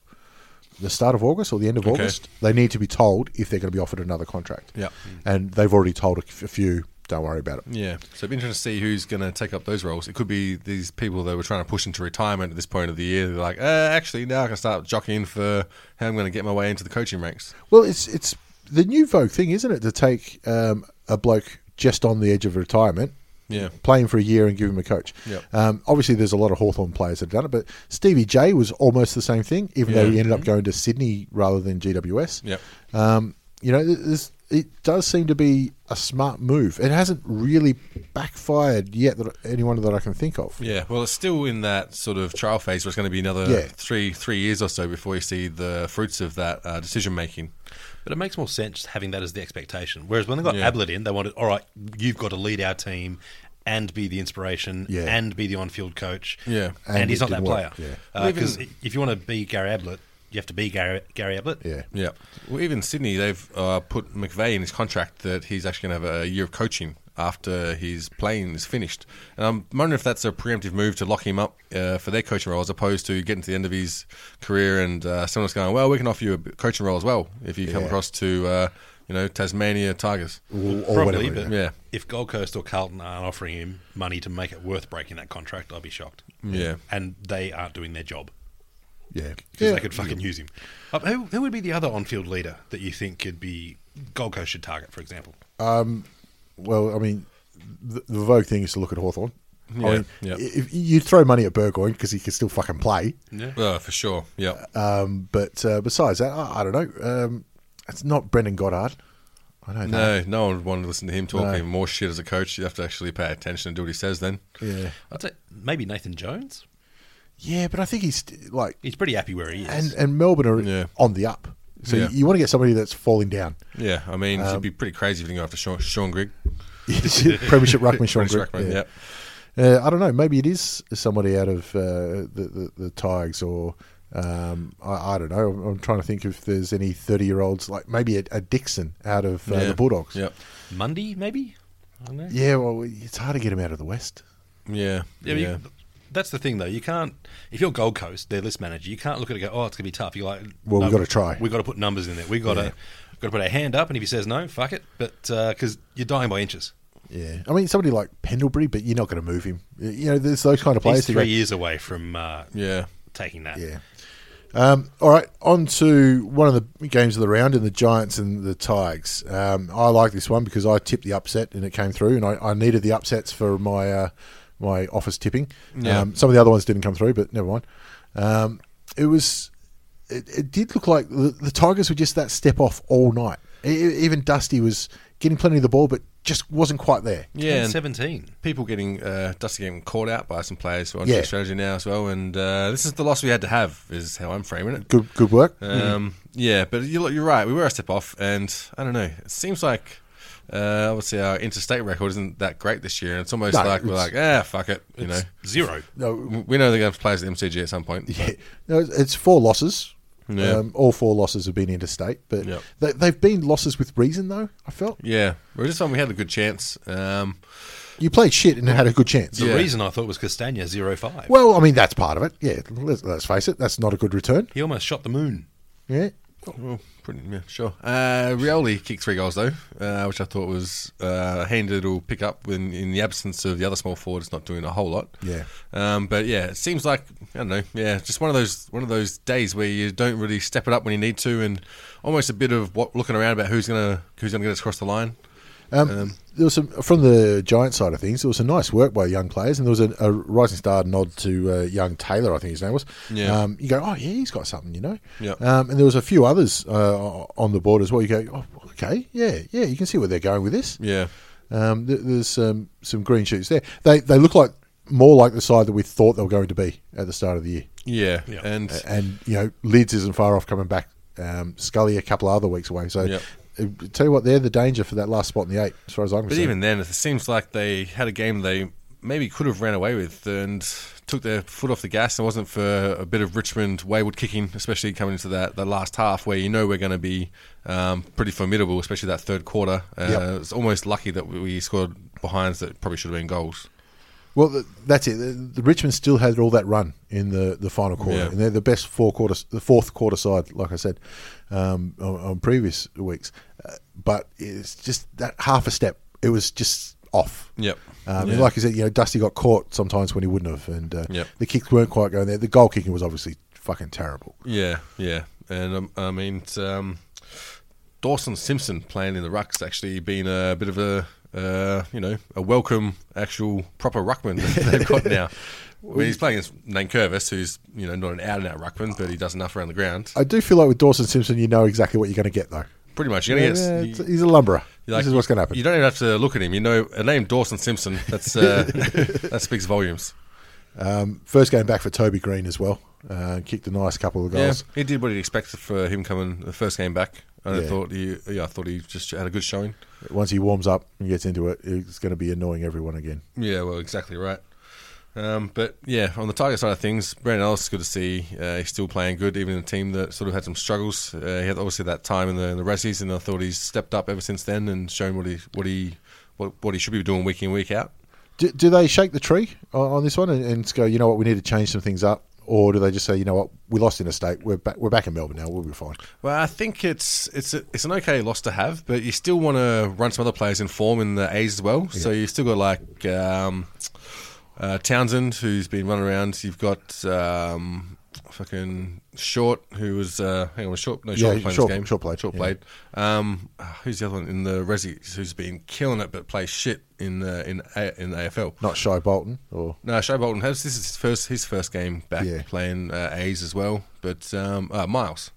the start of August or the end of Okay. August. They need to be told if they're going to be offered another contract. Yeah. and they've already told a f- a few. Don't worry about it. Yeah. So it'd be interesting to see who's going to take up those roles. It could be these people that were trying to push into retirement at this point of the year. They're like, uh, actually, now I can start jockeying for how I'm going to get my way into the coaching ranks. Well, it's it's the new Vogue thing, isn't it? To take um, a bloke just on the edge of retirement Yeah. play him for a year and give him a coach. Yep. Um, obviously, there's a lot of Hawthorn players that have done it, but Stevie J was almost the same thing, even though Yeah. Mm-hmm. he ended up going to Sydney rather than GWS. Yep. Um, you know, this, it does seem to be a smart move. It hasn't really backfired yet, that anyone that I can think of. Yeah, well, it's still in that sort of trial phase where it's going to be another Yeah. three three years or so before you see the fruits of that uh, decision making. But it makes more sense having that as the expectation. Whereas when they got Yeah. Ablett in, they wanted, all right, you've got to lead our team and be the inspiration Yeah. and be the on-field coach. Yeah. and, And he's it not that didn't player. work, Because yeah. Well, even- if you want to be Gary Ablett, you have to be Gary, Gary Ablett. Yeah. Yeah, well, even Sydney, they've uh, put McVeigh in his contract that he's actually going to have a year of coaching after his playing is finished. And I'm wondering if that's a preemptive move to lock him up uh, for their coaching role as opposed to getting to the end of his career and uh, someone's going, well, we can offer you a b- coaching role as well if you come Yeah. Mm. across to, uh, you know, Tasmania Tigers. Or, or Probably, whatever. but yeah. Yeah. if Gold Coast or Carlton aren't offering him money to make it worth breaking that contract, I'd be shocked. Yeah. And they aren't doing their job yeah. because Yeah. they could fucking use him. Uh, who, who would be the other on-field leader that you think could be Gold Coast should target, for example? Well, I mean, the, the Vogue thing is to look at Hawthorn. I Yeah, mean, yeah. If you throw money at Burgoyne because he can still fucking play. Yeah. Uh, for sure. Yeah. Um, but uh, besides that, I, I don't know. Um, it's not Brendan Goddard. I don't know. No, no one would want to listen to him talking No. more shit as a coach. You have to actually pay attention and do what he says then. Yeah, I'd say maybe Nathan Jones. yeah, but I think he's st- like, He's pretty happy where he is. and uh, and Melbourne are Yeah. on the up, so Yeah. you, want to get somebody that's falling down. Yeah, I mean, Um, it'd be pretty crazy if you go after Sean, Sean Grigg. Premiership ruckman, Sean British Green. ruckman, yeah. Uh, I don't know. Maybe it is somebody out of uh, the, the the Tigers or. Um, I, I don't know. I'm, I'm trying to think if there's any 30 year olds like maybe a, a Dixon out of uh, Yeah. the Bulldogs. Yep. Monday, maybe? I don't know. Yeah, well, it's hard to get him out of the West. Yeah. Yeah, Yeah. but you- that's the thing, though. You can't, if you're Gold Coast, their list manager, you can't look at it and go, oh, it's going to be tough. You're like, Well, we've gotta try." We've got to put numbers in there. We've got to got to put our hand up, and if he says no, fuck it. But because you're dying by inches. Yeah, I mean somebody like Pendlebury, but you're not going to move him. You know, there's those kind of players. He's that go- three years away from uh, yeah. taking that. Yeah. Um, all right, on to one of the games of the round in the Giants and the Tigers. Um, I like this one because I tipped the upset and it came through, and I, I needed the upsets for my uh, my office tipping. Yeah. Um, some of the other ones didn't come through, but never mind. Um, it was it, it did look like the, the Tigers were just that step off all night. E- e- even Dusty was getting plenty of the ball, but just wasn't quite there. Yeah. And 17. people getting, uh, Dusty getting caught out by some players who are on Yeah. strategy now as well. And uh, this is the loss we had to have, is how I'm framing it. Good Mm-hmm. good work. Um, Yeah, but you're, you're right. We were a step off, and I don't know. It seems like uh, obviously our interstate record isn't that great this year, and it's almost No, like we're it's- like, ah, fuck it. You know, Zero. No, we know they're going to play us at the MCG at some point. but- no, it's four losses. Yeah. Um, all four losses have been interstate, but Yep. they, they've been losses with reason, though. I felt Yeah, we just thought we had a good chance. Um, you played shit and had a good chance. The Yeah. reason I thought was Castagna 05. Well, I mean that's part of it. Yeah, let's, let's face it, that's not a good return. He almost shot the moon. Yeah, well, pretty, yeah, sure. Uh, Rioli kicked three goals though, uh, which I thought was uh, a handy little pick up when, in the absence of the other small forward. It's not doing a whole lot. Yeah. Um, but yeah, it seems like I don't know. Yeah, just one of those one of those days where you don't really step it up when you need to, and almost a bit of what, looking around about who's gonna who's gonna get us across the line. Um, there was some from the Giant side of things. There was some nice work by young players, and there was a, a rising star nod to uh, young Taylor, I think his name was. Yeah. Um, you go, oh yeah, he's got something, you know. Yeah. Um, and there was a few others uh, on the board as well. You go, oh, okay, yeah, yeah, you can see where they're going with this. Yeah. Um, th- there's um, some green shoots there. They they look like more like the side that we thought they were going to be at the start of the year. Yeah. Yeah. And And you know, Leeds isn't far off coming back. Um, Scully a couple of other weeks away. So. Yeah. uh, Tell you what, they're the danger for that last spot in the eight, as far as I'm But concerned. even then, it seems like they had a game they maybe could have ran away with and took their foot off the gas. It wasn't for a bit of Richmond wayward kicking, especially coming into that the last half where you know we're going to be um, pretty formidable, especially that third quarter. Uh, Yep. It's almost lucky that we we scored behinds that probably should have been goals. Well, th that's it. The, the Richmond still had all that run in the, the final quarter, Yeah. and they're the best four quarter, the fourth quarter side, like I said um, on, on previous weeks. Uh, but it's just that half a step. It was just off. Yep. Um, Yeah. And like I said, you know, Dusty got caught sometimes when he wouldn't have, and uh, Yep. the kicks weren't quite going there. The goal kicking was obviously fucking terrible. Yeah, yeah, and um, I mean, it's, um, Dawson Simpson playing in the rucks actually been a bit of a uh, you know a welcome actual proper ruckman that they've got now. I mean, he's playing as Nankervis, who's you know not an out and out ruckman, but he does enough around the ground. I do feel like with Dawson Simpson, you know exactly what you're going to get, though. Pretty much, you're gonna Yeah, get. it's- Oh, you- he's a lumberer. you're like- this is what's going to happen. You don't even have to look at him. You know a name Dawson Simpson. That's uh, that speaks volumes. First game back for Toby Green as well. Uh, kicked a nice couple of Yeah, goals. he did what he expected for him coming the first game back. And I Yeah. thought he, yeah, I thought he just had a good showing. once he warms up and gets into it, it's going to be annoying everyone again. Yeah, well, exactly right. Um, but yeah, on the Tiger side of things, Brandon Ellis, good to see. Uh, he's still playing good, even in a team that sort of had some struggles. Uh, he had obviously that time in the, in the Razzies, and I thought he's stepped up ever since then and shown what he what he what, what he should be doing week in week out. Do, do they shake the tree on, on this one and, and go, you know what, we need to change some things up? Or do they just say, you know what, we lost in a state. We're back, we're back in Melbourne now. We'll be fine. Well, I think it's it's a, it's an okay loss to have, but you still want to run some other players in form in the A's as well. So you've still got like um, uh, Townsend, who's been running around. You've got um, fucking Short, who was uh, hang on, was Short no Short Yeah, was playing Short- this game. Short played, Short yeah. played. Um, who's the other one in the Resi who's been killing it, but plays shit in uh, in a- in the AFL. Not Shy Bolton or. No, Shea Bolton has this is his first his first game back Yeah. playing uh, A's as well, but um, uh, Miles.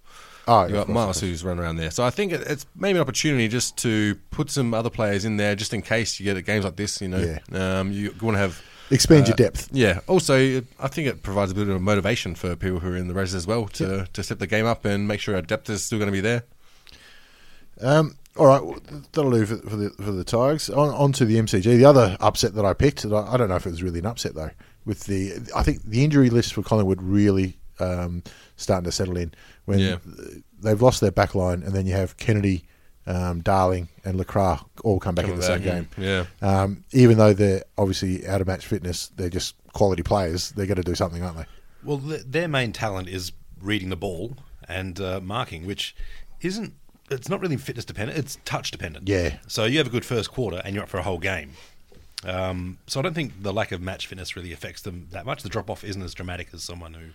Oh, You yeah, got of course, Miles of course. who's run around there, so I think it, it's maybe an opportunity just to put some other players in there, just in case you get at games like this. You know, um, you want to have, Expand Uh, your depth. yeah. Also, it- I think it provides a bit of motivation for people who are in the races as well to to step the game up and make sure our depth is still going to be there. Um, all right, well, that'll do for, for the for the Tigers. On, on to the MCG. The other upset that I picked, and I, I don't know if it was really an upset though. With the, I think the injury list for Collingwood really um, starting to settle in when Yeah. they've lost their back line, and then you have Kennedy, um, Darling, and Lacra all come back in the same Come back, game. yeah. Um, even though they're obviously out of match fitness, they're just quality players. They're going to do something, aren't they? Well, th- their main talent is reading the ball and uh, marking, which isn't. It's not really fitness dependent. It's touch dependent. Yeah. So you have a good first quarter, and you're up for a whole game. Um, so I don't think the lack of match fitness really affects them that much. The drop off isn't as dramatic as someone who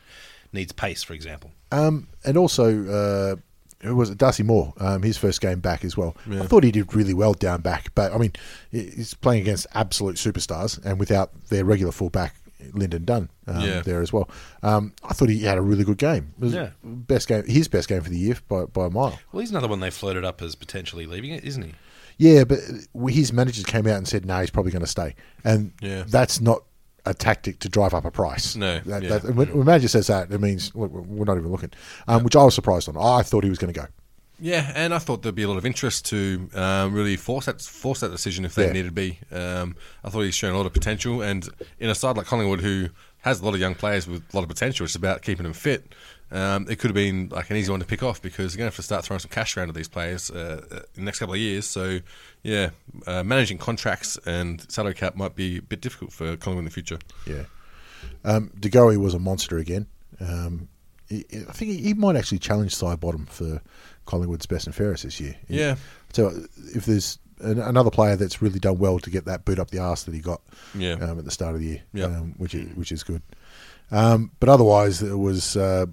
needs pace, for example. Um, and also, uh, who was it? Darcy Moore, um, his first game back as well. I thought he did really well down back, but I mean, he- he's playing against absolute superstars and without their regular fullback, Lyndon Dunn, um, Yeah. there as well. Um, I thought he had a really good game. It was Yeah. best game, his best game for the year by, by a mile. Well, he's another one they floated up as potentially leaving it, isn't he? Yeah, but his managers came out and said, "No, he's probably going to stay," and Yeah. that's not a tactic to drive up a price. No, that, yeah. that, when, when manager says that, it means look, we're not even looking, um, which I was surprised on. I thought he was going to go. Yeah, and I thought there'd be a lot of interest to um, really force that force that decision if they Yeah. needed to be. Um, I thought he's shown a lot of potential, and in a side like Collingwood, who has a lot of young players with a lot of potential, it's about keeping them fit. um, it could have been like an easy one to pick off because you're going to have to start throwing some cash around to these players uh, uh, in the next couple of years. So, yeah, uh, managing contracts and salary cap might be a bit difficult for Collingwood in the future. Yeah. Um, De Goey was a monster again. Um, he, he- I think he, he might actually challenge side bottom for Collingwood's best and fairest this year. He- Yeah. So uh, if there's an, another player that's really done well to get that boot up the arse that he got Yeah. um, at the start of the year, Yeah. um, which is, which is good. Um, but otherwise, it was uh,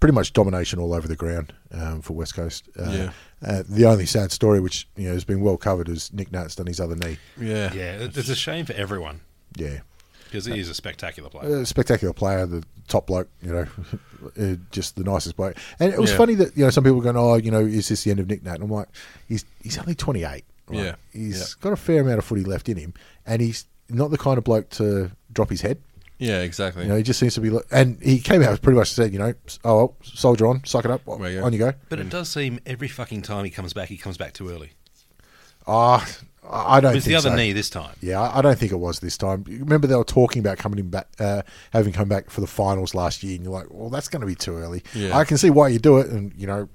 pretty much domination all over the ground um, for West Coast. Uh, Yeah. uh, the only sad story, which you know has been well covered, is Nick Nat's done his other knee. Yeah. Yeah, it- it's a shame for everyone Yeah. because he is a spectacular player. a spectacular player, the top bloke, you know, uh, just the nicest bloke. And it was Yeah. funny that you know some people were going, "Oh, you know, is this the end of Nick Nat?" And I'm like, he's he's only 28. Like, Yeah. he's Yeah. got a fair amount of footy left in him, and he's not the kind of bloke to drop his head. Yeah, exactly. You know, he just seems to be. li- And he came out pretty much said, you know, "Oh, well, soldier on, suck it up, There you go. on you go." But it does seem every fucking time he comes back, he comes back too early. Ah, I I don't. It was the think other so. knee this time. Yeah, I I don't think it was this time. Remember, they were talking about coming in back, uh, having come back for the finals last year, and you're like, "Well, that's going to be too early." Yeah. I can see why you do it, and you know,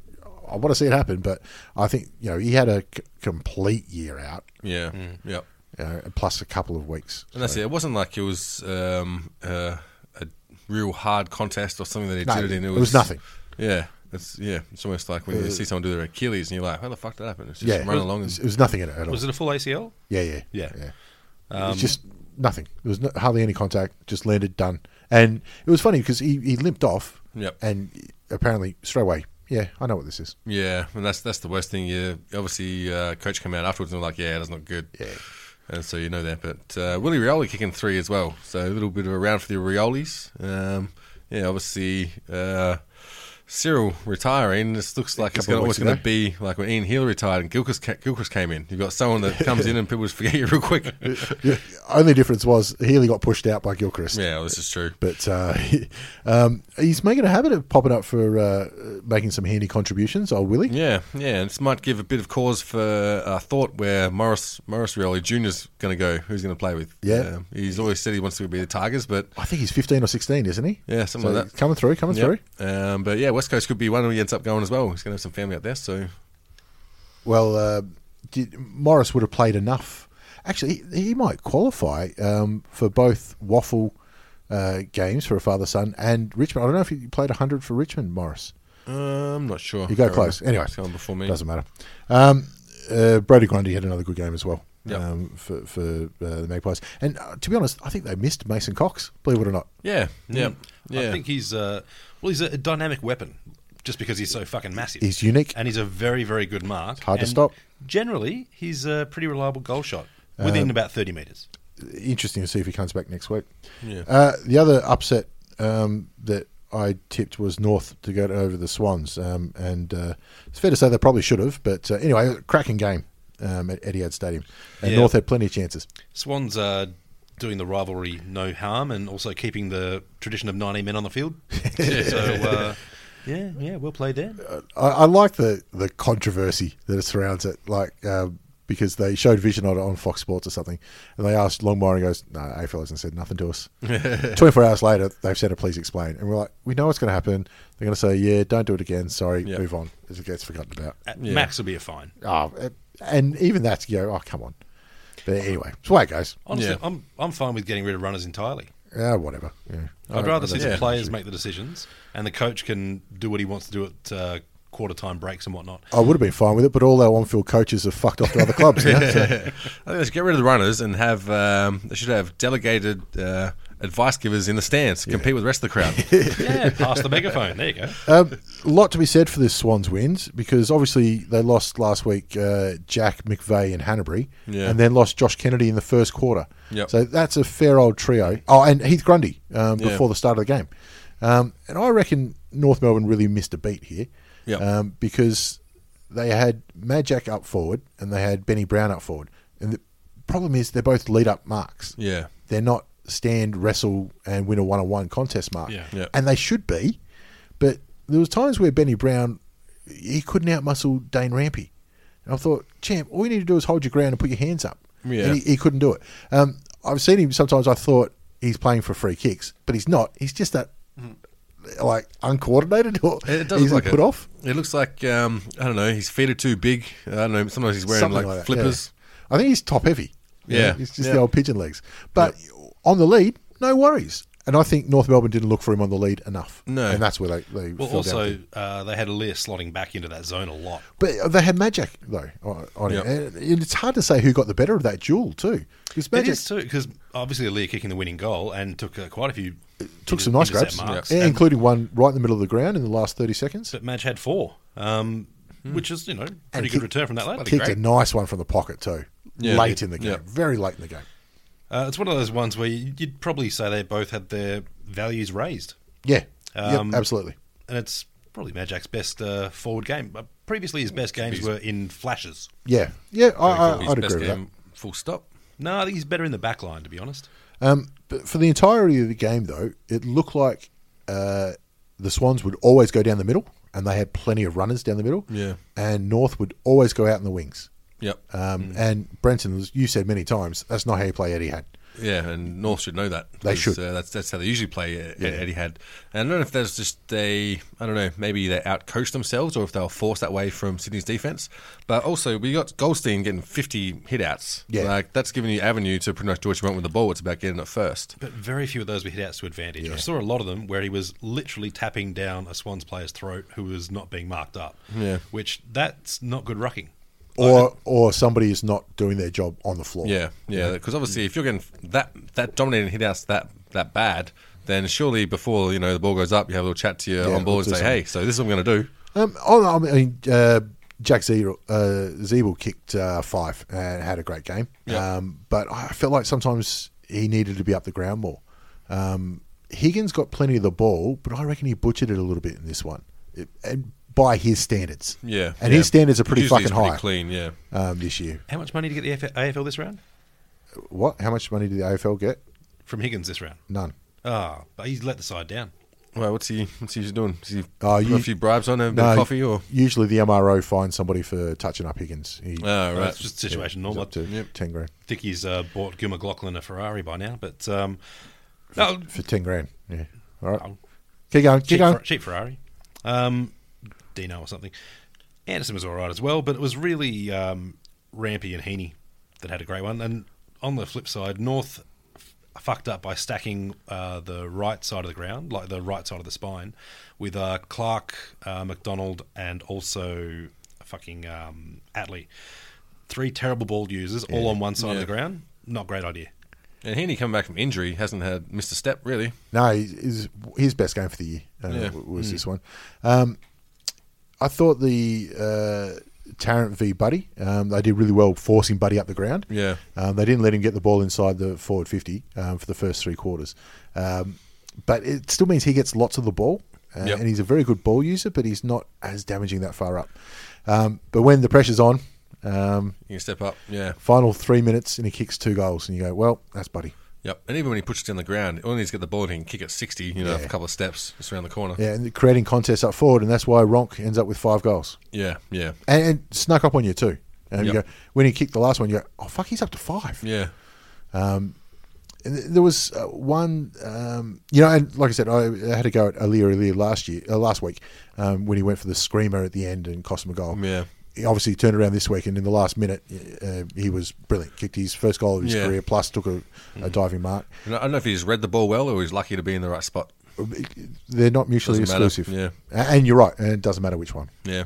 I want to see it happen, but I think you know he had a c- complete year out, Yeah. Yep. you know, plus a couple of weeks. And that's it. It wasn't like it was um, uh, a real hard contest or something that he No, did it in. it was nothing. Uh, Yeah. It's yeah. It's almost like when you see someone do their Achilles and you're like, how the fuck did that happen? It's just yeah, run it was, along and it was nothing in it at all. Was it a full ACL? yeah, yeah, Yeah. yeah. Um, it was just nothing. There was no, hardly any contact. Just landed, done. And it was funny because he, he limped off, Yep. and apparently straight away, yeah, I know what this is. Yeah, and that's that's the worst thing. Yeah, obviously, uh, coach came out afterwards and were like, "Yeah, that's not good." Yeah. and so you know that. But uh, Willie Rioli kicking three as well, so a little bit of a round for the Riolis. Um, yeah, obviously, uh, Cyril retiring. This looks like it's couple gonna, of always weeks going to ago. be like when Ian Hill retired and Gilchrist, ca- Gilchrist came in. You've got someone that comes in and people just forget you real quick. Yeah, only difference was Healy got pushed out by Gilchrist. yeah, well, this is true. But uh, um, he's making a habit of popping up for uh, making some handy contributions. Oh, Willie. Yeah, yeah, and this might give a bit of cause for uh, thought where Morris Morris Rioli Junior's going to go. Who's going to play with? Yeah. Um, he's always said he wants to be the Tigers, but I think he's 15 or 16, isn't he? Yeah, something like he's that. Coming through, coming Yep. through. Um, but yeah, West Coast could be one who he ends up going as well. He's going to have some family out there, so Well, uh, did, Morris would have played enough. Actually, he, he might qualify um, for both waffle uh, games for a father son and Richmond. I don't know if he played 100 for Richmond, Morris. uh, I'm not sure. You go Can't close. remember. Anyway, It's going before me. Doesn't matter. Um, uh, Brody Grundy had another good game as well Yep. um, for, for uh, the Magpies. And uh, to be honest, I think they missed Mason Cox, believe it or not. Yeah, Mm. yeah, yeah. Mm. I think he's uh, well, he's a dynamic weapon just because he's so fucking massive. He's unique. and he's a very, very good mark. hard to And stop. Uh, Generally, he's a pretty reliable goal shot within about thirty meters. Interesting to see if he comes back next week. Yeah. Uh, the other upset um, that I tipped was North to go to- over the Swans. Um, and uh, it's fair to say they probably should have. But uh, anyway, cracking game um, at Etihad Stadium. And Yeah. North had plenty of chances. Swans are doing the rivalry no harm and also keeping the tradition of 90 men on the field. so, uh, yeah, yeah, well played there. I, I like the, the controversy that surrounds it, like um, because they showed Vision on on Fox Sports or something, and they asked Longmire and he goes, "No, AFL hasn't said nothing to us." Twenty four hours later, they've said, "Oh, "Please explain," and we're like, "We know what's going to happen. They're going to say, yeah, don't do it again. Sorry, Yeah. move on.' It gets forgotten about." At Yeah. Max will be a fine. Ah, uh, and even that's you know, oh come on. But anyway, it's the way it goes. Honestly, Yeah. I'm, I'm fine with getting rid of runners entirely. Yeah, whatever. Yeah. I'd rather see the yeah. players make the decisions and the coach can do what he wants to do at uh, quarter time breaks and whatnot. I would have been fine with it, but all our on-field coaches have fucked off to other clubs. Now, so- I think they should get rid of the runners and have um, they should have delegated uh, advice givers in the stands to compete with the rest of the crowd. Yeah, pass the megaphone. There you go. Um, a lot to be said for this Swans wins because obviously they lost last week uh, Jack McVeigh and Hanbury, Yeah. and then lost Josh Kennedy in the first quarter. Yep. So that's a fair old trio. Oh, and Heath Grundy um, Yeah. before the start of the game, um, and I reckon North Melbourne really missed a beat here Yep. um, because they had Mad Jack up forward and they had Benny Brown up forward, and the problem is they're both lead up marks. yeah, They're not stand, wrestle, and win a one on one contest mark. Yeah. Yeah. And they should be. But there was times where Benny Brown he couldn't outmuscle Dane Rampy. And I thought, champ, all you need to do is hold your ground and put your hands up. Yeah. And he, he couldn't do it. Um, I've seen him sometimes I thought he's playing for free kicks, but he's not. He's just that like uncoordinated or It does easily look like put it. off? It looks like um, I don't know. His feet are too big. I don't know. Sometimes he's wearing Something like, that, flippers. yeah. I think he's top heavy. Yeah. It's just Yeah. the old pigeon legs. But on the lead, no worries. And I think North Melbourne didn't look for him on the lead enough. No. And that's where they, they Well, fell down. also uh, they had Aaliyah slotting back into that zone a lot. But they had Magic, though, on on Yep. him. And it's hard to say who got the better of that duel, too. Because It Magic is too because obviously Aaliyah kicking the winning goal and took uh, quite a few took inter- some nice intercept grabs, marks. yeah, And- including one right in the middle of the ground in the last 30 seconds. but Madge had four, um, which is you know pretty Hmm. And good kick- return from that lad. Kicked a nice one from the pocket, too. Yeah. late in the game. Yeah. Very late in the game. Uh, it's one of those ones where you- you'd probably say they both had their values raised, Yeah. Um, yep, absolutely. and it's probably Magic's best uh, forward game. But previously, his best games were in flashes. Yeah. Yeah, I, I, His I'd best agree with that. game, Full stop. No, I think he's better in the back line, to be honest. Um, but for the entirety of the game, though, it looked like uh, the Swans would always go down the middle, and they had plenty of runners down the middle. Yeah. And North would always go out in the wings. Yep. Um, And Brenton, as you said many times, that's not how you play Eddie had. Yeah, and North should know that. They 'cause, should. Uh, that's that's how they usually play uh, Eddie had. And I don't know if that's just they. I don't know. Maybe they outcoached themselves, or if they were forced that way from Sydney's defense. But also, we got Goldstein getting fifty hitouts. Yeah. like that's giving you avenue to pretty much do what you want with the ball. It's about getting it first. But very few of those were hit outs to advantage. I saw a lot of them where he was literally tapping down a Swans player's throat who was not being marked up. Yeah. Which that's not good rucking. Or, or somebody is not doing their job on the floor. Yeah, yeah. Because obviously, if you're getting that that dominating hitouts that that bad, then surely before you know the ball goes up, you have a little chat to your Yeah, on board and we'll do say, "Hey, so this is what I'm going to do." Um, oh, no, I mean, uh, Jack Zeeble, uh, Zeeble kicked uh, five and had a great game. Yeah. Um, but I felt like sometimes he needed to be up the ground more. Um, Higgins got plenty of the ball, but I reckon he butchered it a little bit in this one, it, and by his standards. Yeah, And yeah. his standards are pretty Usually he's fucking pretty high Clean, yeah. um, this year. How much money did you get the AFL, AFL this round? What? How much money did the AFL get? From Higgins this round. None. Ah, but he's let the side down. Well, what's he? What's he doing? Is he Oh, putting you- a few bribes on a bit of coffee or? Oh, usually the MRO finds somebody for touching up Higgins. He, Oh, right. That's just a situation he's normal. up to ten grand I think he's uh, bought Gil McLaughlin a Ferrari by now, but um, oh, no, for ten grand. Yeah. All right. Oh. Keep going. Keep cheap, going. Fer- cheap Ferrari. Um, Dino or something. Anderson was all right as well, but it was really um, Rampy and Heaney that had a great one. And on the flip side, North f- fucked up by stacking uh, the right side of the ground, like the right side of the spine, with uh, Clark, uh, McDonald, and also fucking um, Atlee. Three terrible ball users all on one side of Yeah. the ground. Not a great idea. And Heaney coming back from injury hasn't had missed a step really. No, his, his best game for the year uh, Yeah. w- was this one. Um, I thought the uh, Tarrant v Buddy, um, they did really well forcing Buddy up the ground. Yeah. Um, they didn't let him get the ball inside the forward 50 um, for the first three quarters. Um, but it still means he gets lots of the ball, uh, Yep. and he's a very good ball user, but he's not as damaging that far up. Um, but when the pressure's on, um, You can step up. Yeah. final three minutes, and he kicks two goals, and you go, well, that's Buddy. Yep. And even when he puts it down the ground, all he needs to get the ball and he can kick it sixty. You know, Yeah. a couple of steps just around the corner. Yeah, and creating contests up forward, and that's why Ronk ends up with five goals. Yeah. Yeah. and, and snuck up on you too. And you Yep. go, when he kicked the last one, you go, oh fuck, he's up to five. Yeah. And th- there was uh, one, um, you know, and like I said, I I had to go at Aaliyah Aaliyah last year, uh, last week, um, when he went for the screamer at the end and cost him a goal. Yeah. He obviously turned around this week, and in the last minute, uh, he was brilliant. Kicked his first goal of his Yeah. Mm. career, plus took a, a diving mark. And I I don't know if he just read the ball well or he's lucky to be in the right spot. They're not mutually Doesn't matter, exclusive. yeah. A- And you're right, and it doesn't matter which one. Yeah.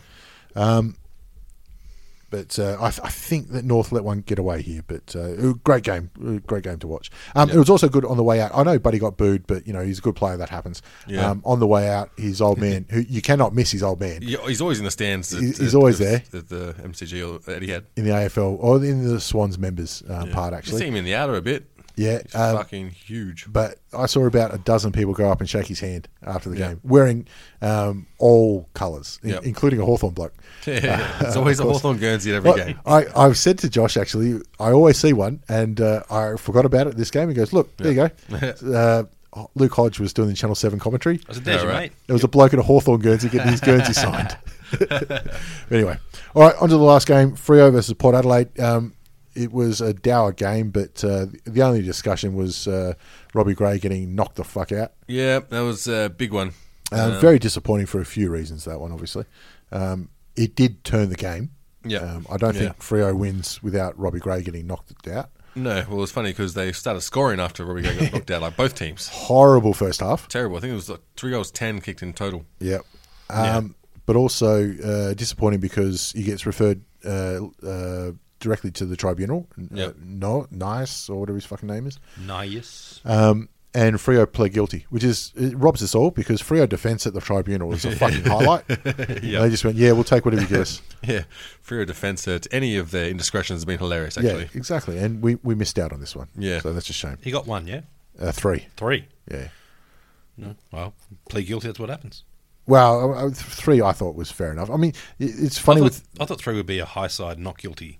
But uh, I, I think that North let one get away here. But uh, uh, great game, Uh, great game to watch. Um, It was also good on the way out. I know Buddy got booed, but you know he's a good player. That happens. Yeah. Um, on the way out, his old man, who you cannot miss his old man Yeah, He's always in the stands. At, He- he's always at- At the MCG or Eddie had. in the AFL or in the Swans members um, part You see actually. him in the outer a bit. Yeah. He's Um, fucking huge. but I saw about a dozen people go up and shake his hand after the Yeah. game, wearing um, all colours, in- Yeah. including a Hawthorn bloke. Yeah. There's always a course. Hawthorn Guernsey at every Well, game. I, I've said to Josh actually, I always see one, and uh, I forgot about it this game. He goes, "Look, there you go." uh, Luke Hodge was doing the Channel Seven commentary. I said, there's Yeah, your right. mate. There was a bloke at a Hawthorn Guernsey getting his Guernsey signed. anyway, all right, on to the last game: Frio versus Port Adelaide. Um, it was a dour game, but uh, the only discussion was uh, Robbie Gray getting knocked the fuck out. Yeah, that was a big one. Um, very disappointing for a few reasons. That one, obviously, um, it did turn the game. Yeah. um, I don't Yeah. think Frio wins without Robbie Gray getting knocked out. No, well, it's funny because they started scoring after Robbie Gray got knocked out, like both teams. Horrible first half. Terrible. I think it was like three goals, 10 kicked in total. Yep. Um, But also uh, disappointing because he gets referred uh, uh, directly to the tribunal. N- Yep. uh, No, Nice or whatever his fucking name is. Nice. Um, and Frio pled guilty, which is it robs us all because Frio defence at the tribunal is a fucking highlight. They just went, yeah, we'll take whatever you give us. Yeah. Frio defense at any of their indiscretions has been hilarious, yeah, actually. exactly. And we, we missed out on this one. Yeah. so that's a shame. He got one, yeah? Uh, three. Three. Yeah. No. Mm. Well, plead guilty, that's what happens. Well, uh, uh, three I thought was fair enough. I mean, i- it's funny I thought, with I thought three would be a high side, not guilty.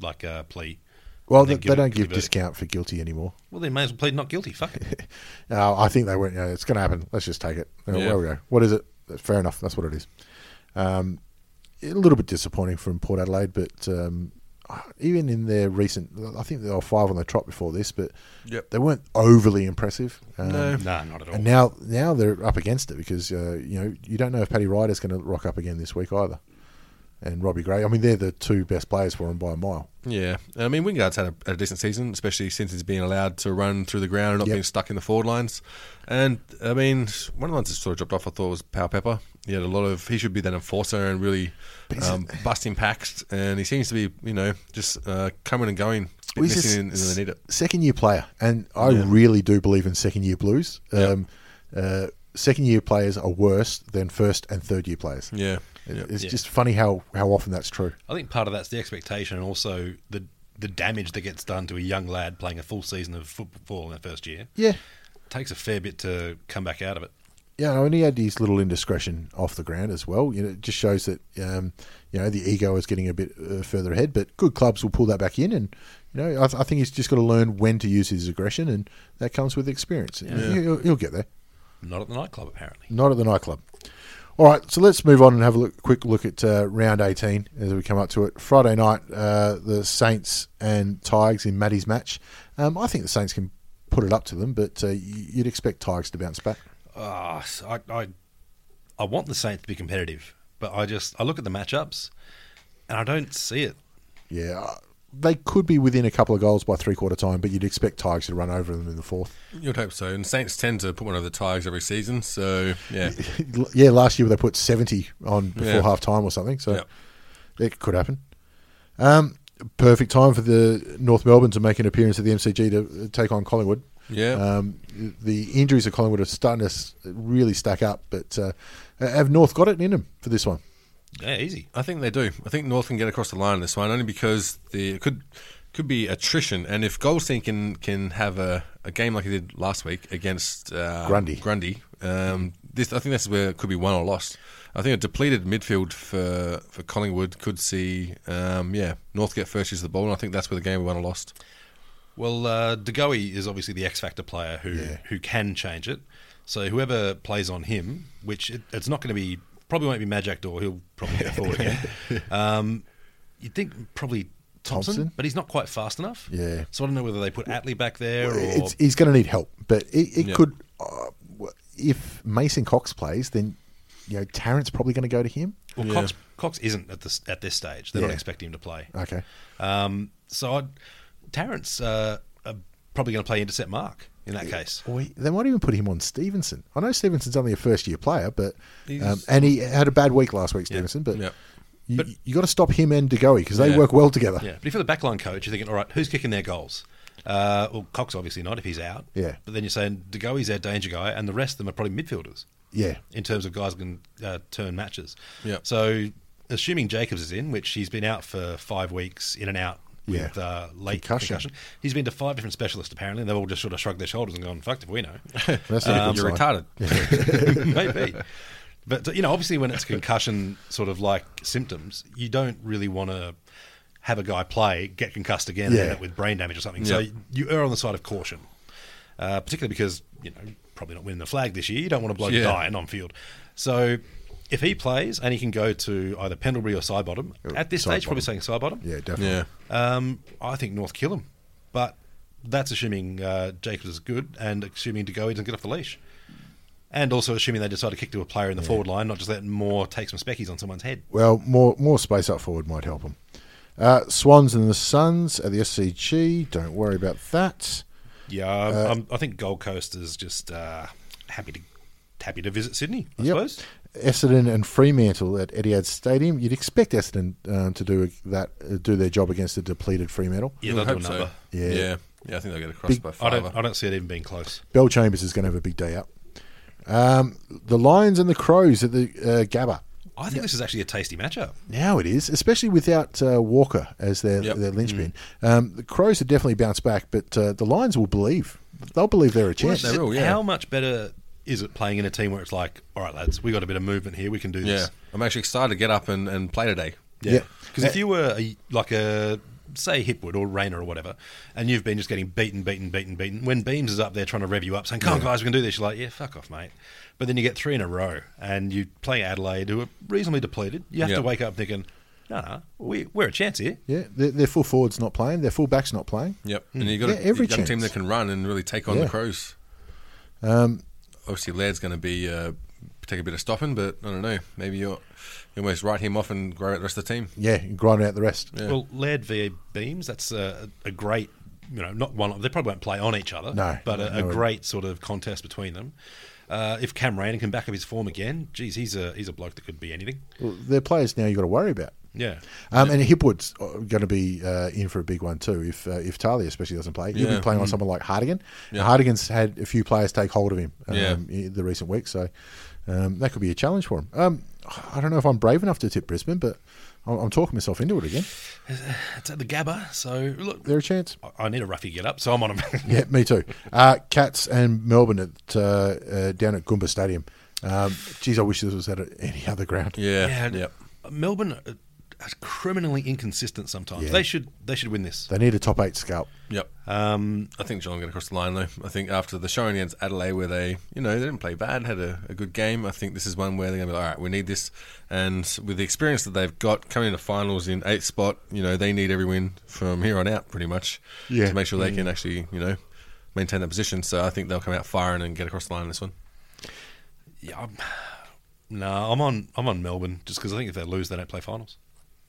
Like uh, plea. well, they they, give they it- don't give give it- discount for guilty anymore. Well, they may as well plead not guilty. Fuck it. Uh, I think they went. Yeah, it's going to happen. Let's just take it. Uh, Yeah. There we go. What is it? Fair enough. That's what it is. Um, a little bit disappointing from Port Adelaide, but um, even in their recent, I think they were five on the trot before this, but Yep. they weren't overly impressive. Um, nah, not at all. And now, now they're up against it because uh, you know you don't know if Paddy Ryder's going to rock up again this week either, and Robbie Gray. I mean, they're the two best players for him by a mile. Yeah. And I mean, Wingard's had a, a decent season, especially since he's been allowed to run through the ground and not Yep. being stuck in the forward lines. And I mean, one of the ones that sort of dropped off, I thought, was Power Pepper. He had a lot of, he should be that enforcer and really um, busting packs. And he seems to be, you know, just uh, coming and going, a bit Well, missing in, in a when they need it. Second year player, and I really do believe in second year blues. Um, uh, second year players are worse than first and third year players. Yeah. It- yeah. It's just funny how, how often that's true. I think part of that's the expectation and also the the damage that gets done to a young lad playing a full season of football in their first year. Yeah, Takes a fair bit to come back out of it. yeah. And he had his little indiscretion off the ground as well. You know, it just shows that um, you know the ego is getting a bit uh, further ahead. But good clubs will pull that back in, and you know I, th- I think he's just got to learn when to use his aggression, and that comes with experience. He'll, he'll get there. Not at the nightclub, apparently. Not at the nightclub. All right, so let's move on and have a look, quick look at uh, round 18 as we come up to it. Friday night, uh, the Saints and Tigers in Maddie's match. Um, I think the Saints can put it up to them, but uh, y- you'd expect Tigers to bounce back. Ah, so I, I, I want the Saints to be competitive, but I just I look at the matchups, and I don't see it. Yeah, uh, they could be within a couple of goals by three quarter time, but you'd expect Tigers to run over them in the fourth. You'd hope so. And Saints tend to put one over the Tigers every season. So, yeah. yeah, last year they put 70 on before Yeah. half time or something, so Yep. it could happen. Um, perfect time for the North Melbourne to make an appearance at the MCG to uh, take on Collingwood. Yeah. Um, the injuries at Collingwood are starting to s- really stack up, but uh, have North got it in them for this one? Yeah, easy. I think they do. I think North can get across the line in this one only because the it could could be attrition. And if Goldstein can can have a, a game like he did last week against uh, Grundy. Grundy, um, this I think that's where it could be won or lost. I think a depleted midfield for for Collingwood could see um, yeah North get first use of the ball, and I think that's where the game will be won or lost. Well, uh, Degoe is obviously the X Factor player who who can change it. So whoever plays on him, which it, it's not going to be, probably won't be Magic or he'll probably get forward again. Um, you'd think probably Thompson, Thompson? but he's not quite fast enough. Yeah. So I don't know whether they put Atley back there or It's, he's going to need help, but it, it could. Uh, w- if Mason Cox plays, then you know Tarrant's probably going to go to him. well, Cox Cox isn't at this at this stage. They're Yeah. not expecting him to play. Okay, Um, so I'd, Tarrant's uh, uh, probably going to play intercept mark in that case. or he, they might even put him on Stevenson. I know Stevenson's only a first year player, but um, He's- and he had a bad week last week, Stevenson. But, Yeah. you, But- you got to stop him and Degoe because they Yeah. work well together. Yeah, but if you're the backline coach, you're thinking, all right, who's kicking their goals? Uh, well, Cox obviously not if he's out. Yeah. But then you're saying Degoe's our danger guy, and the rest of them are probably midfielders Yeah. in terms of guys who can uh, turn matches. Yeah. So assuming Jacobs is in, which he's been out for five weeks, in and out with Yeah. uh, late Concussion. concussion. he's been to five different specialists apparently, and they've all just sort of shrugged their shoulders and gone, "Fucked if we know." That's not a Um, good you're sign. retarded. Maybe. But you know, obviously, when it's concussion sort of like symptoms, you don't really want to have a guy play get concussed again and Yeah. end up with brain damage or something. So Yeah. you err on the side of caution, uh, particularly because you know probably not winning the flag this year. You don't want to bloke Yeah. dying on field. So if he plays and he can go to either Pendlebury or Sidebottom at this stage, probably saying Sidebottom. Yeah, definitely. Yeah. Um, I think North kill him, but that's assuming uh, Jacobs is good and assuming Degoe doesn't get off the leash, and also assuming they decide to kick to a player in the forward line, not just let Moore take some speckies on someone's head. Well, more more space up forward might help them. Uh, Swans and the Suns at the SCG. Don't worry about that. Yeah, um, uh, um, I think Gold Coast is just uh, happy to happy to visit Sydney. I Yep. suppose. Essendon and Fremantle at Etihad Stadium. You'd expect Essendon um, to do that, uh, do their job against a depleted Fremantle. Yeah, I they'll do a hope number. so. Yeah. yeah. I think they'll get across Big- by I five. don't. I don't see it even being close. Bell Chambers is going to have a big day out. Um, the Lions and the Crows at the uh, Gabba. I think this is actually a tasty matchup. Now it is, especially without uh, Walker as their Yep. their linchpin. Um, the Crows have definitely bounced back, but uh, the Lions will believe they'll believe they're a chance. they will, yeah. How much better is it playing in a team where it's like, all right, lads, we got a bit of movement here. We can do Yeah. this. I'm actually excited to get up and, and play today. Yeah. Uh, Yeah. Because if you were a, like a say Hipwood or Rayner or whatever, and you've been just getting beaten, beaten, beaten, beaten, when Beams is up there trying to rev you up, saying, "Come on, guys, we can do this," you're like, "Yeah, fuck off, mate." But then you get three in a row, and you play Adelaide, who are reasonably depleted. You have Yeah. to wake up thinking, "No, no, we, we're a chance here." Yeah, their, their full forward's not playing, their full back's not playing. Yep. And you got Hmm. Yeah, a every young team chance. that can run and really take on Yeah. the Crows. Um, Obviously, Laird's going to be uh, take a bit of stopping, but I don't know. Maybe you're, you almost write him off and grow out the rest of the team. Yeah, and grinding out the rest. Well, Laird via Beams, that's a, a great, you know, not one, they probably won't play on each other, No, but a, no, no. a great sort of contest between them. Uh, if Cam Rainer can back up his form again, geez, he's a he's a bloke that could be anything. Well, their players now you've got to worry about. Yeah. Um, and Hipwood's going to be uh, in for a big one too. If uh, if Tali especially doesn't play, he'll be Yeah. Mm. playing on someone like Hardigan. Yeah. Hardigan's had a few players take hold of him um, Yeah. in the recent weeks, so um, that could be a challenge for him. Um, I don't know if I'm brave enough to tip Brisbane, but I'm, I'm talking myself into it again. It's at the Gabba, so look, They're a chance. I- I need a roughy get up, so I'm on him. Yeah, me too. Uh, Cats and Melbourne at uh, uh, down at Goomba Stadium. Um, geez, I wish this was at a, any other ground. Yeah. yeah. Yep. Melbourne are are criminally inconsistent sometimes. They should they should win this. They need a top eight scalp. Yep. Um, I think Geelong get across the line though. I think after the showing against Adelaide, where they, you know, they didn't play bad, had a, a good game. I think this is one where they're going to be like, all right, we need this, and with the experience that they've got coming into finals in eighth spot, you know, they need every win from here on out, pretty much, Yeah. Mm. to make sure they can actually, you know, maintain that position. So I think they'll come out firing and get across the line in this one. Yeah, I'm, no, I'm on I'm on Melbourne just because I think if they lose, they don't play finals.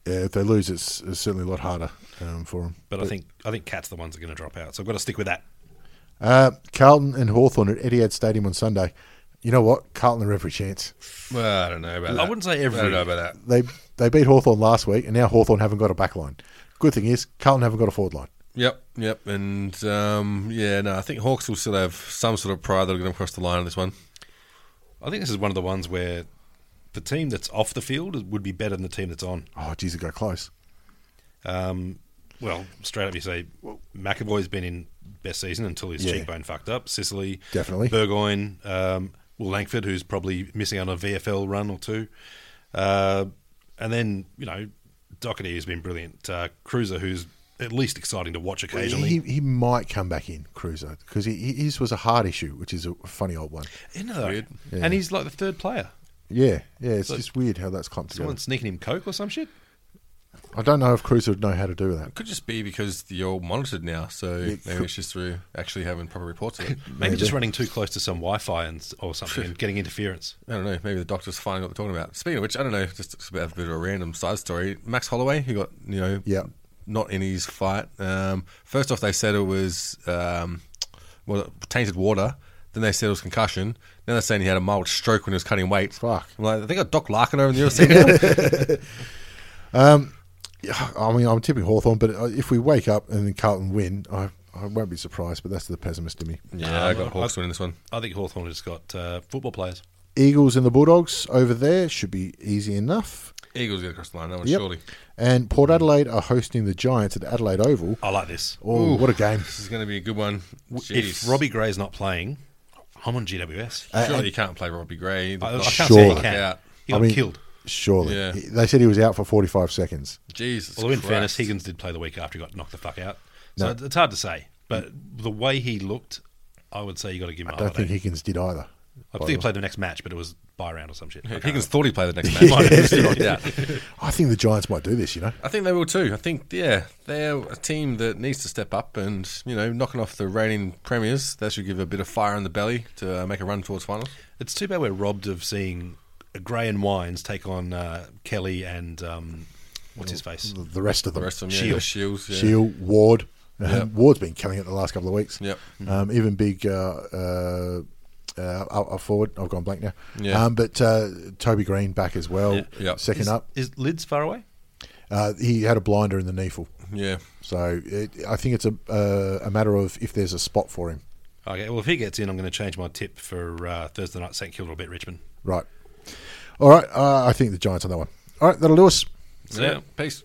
Yeah, Uh, if they lose, it's, it's certainly a lot harder um, for them. But, I think I think Cats the ones that are going to drop out, so I've got to stick with that. Uh, Carlton and Hawthorn at Etihad Stadium on Sunday. You know what? Carlton are every chance. Well, I don't know about I that. wouldn't say every- I don't know about that. They they beat Hawthorn last week, and now Hawthorn haven't got a back line. Good thing is, Carlton haven't got a forward line. Yep, yep, and um, yeah, no, I think Hawks will still have some sort of pride that'll get them across the line on this one. I think this is one of the ones where the team that's off the field would be better than the team that's on. Oh, geez, it got close. Um, well, straight up, you say McAvoy's been in best season until his Yeah. cheekbone fucked up. Sicily, Definitely. Burgoyne, um, Will Langford, who's probably missing out on a VFL run or two, uh, and then you know Doherty, who's been brilliant. Uh, Cruiser, who's at least exciting to watch occasionally. He, he might come back in Cruiser because he, he- his was a hard issue, which is a funny old one. Isn't it though? Weird. And he's like the third player. Yeah, yeah. It's just weird how that's clumped together. Someone sneaking him coke or some shit. I don't know if Cruiser would know how to do that. Could just be because you're all monitored now, so maybe could- it's just through actually having proper reports of it. Maybe just running too close to some Wi-Fi and s- or something and getting interference. I don't know. Maybe the doctor's finding what they're talking about. Speaking of which, I don't know. Just to have a bit of a random side story. Max Holloway, who got you know, Yeah. not in his fight. Um, first off, they said it was um, well tainted water. Then they said it was concussion. Then they're saying he had a mild stroke when he was cutting weight. Fuck. I'm like, they got Doc Larkin over in the other side. Yeah, I mean, I'm tipping Hawthorn, but uh, if we wake up and then Carlton win, I, I won't be surprised. But that's the pessimist in me. yeah, I got Hawks winning this one. I think Hawthorn has got uh, football players. Eagles and the Bulldogs over there should be easy enough. Eagles get across the line. That one Yep. surely. And Port Adelaide are hosting the Giants at Adelaide Oval. I like this. Oh, what a game! This is going to be a good one. If Jeez. Uh, Robbie Gray's not playing, I'm on GWS. surely you can't play Robbie Gray. uh, I, I can't say Surely. he can. Out. He got I mean, killed. Surely, Yeah. He- they said he was out for 45 seconds. Jesus. Although in Christ. fairness, Higgins did play the week after he got knocked the fuck out. So it- it's hard to say. But the way he looked, I would say you got to give him. a I Oh, don't holiday. think Higgins did either. I think he played the next match, but it was by round or some shit. I can't Higgins remember. thought he played the next match. Might have just knocked out. I think the Giants might do this. You know, I think they will too. I think, yeah, they're a team that needs to step up and, you know, knocking off the reigning premiers. That should give a bit of fire in the belly to uh, make a run towards finals. It's too bad we're robbed of seeing Gray and Wines take on uh, Kelly and um, what's his face? the, the rest of them. The rest of them, yeah, Shield. the Shields. Yeah. Shield, Ward. Um, Ward's been killing it the last couple of weeks. Yep. Um, even big uh, uh, uh, up, up forward. I've gone blank now. Yeah. Um, but uh, Toby Green back as well. Yep. Second Is, up. is Lids far away? Uh, he had a blinder in the kneeful. Yeah. So it, I think it's a, uh, a matter of if there's a spot for him. Okay, well if he gets in, I'm going to change my tip for uh, Thursday night St Kilda a bit Richmond. Right. All right. Uh, I think the Giants on that one. All right. That'll do us. So, yeah. Peace.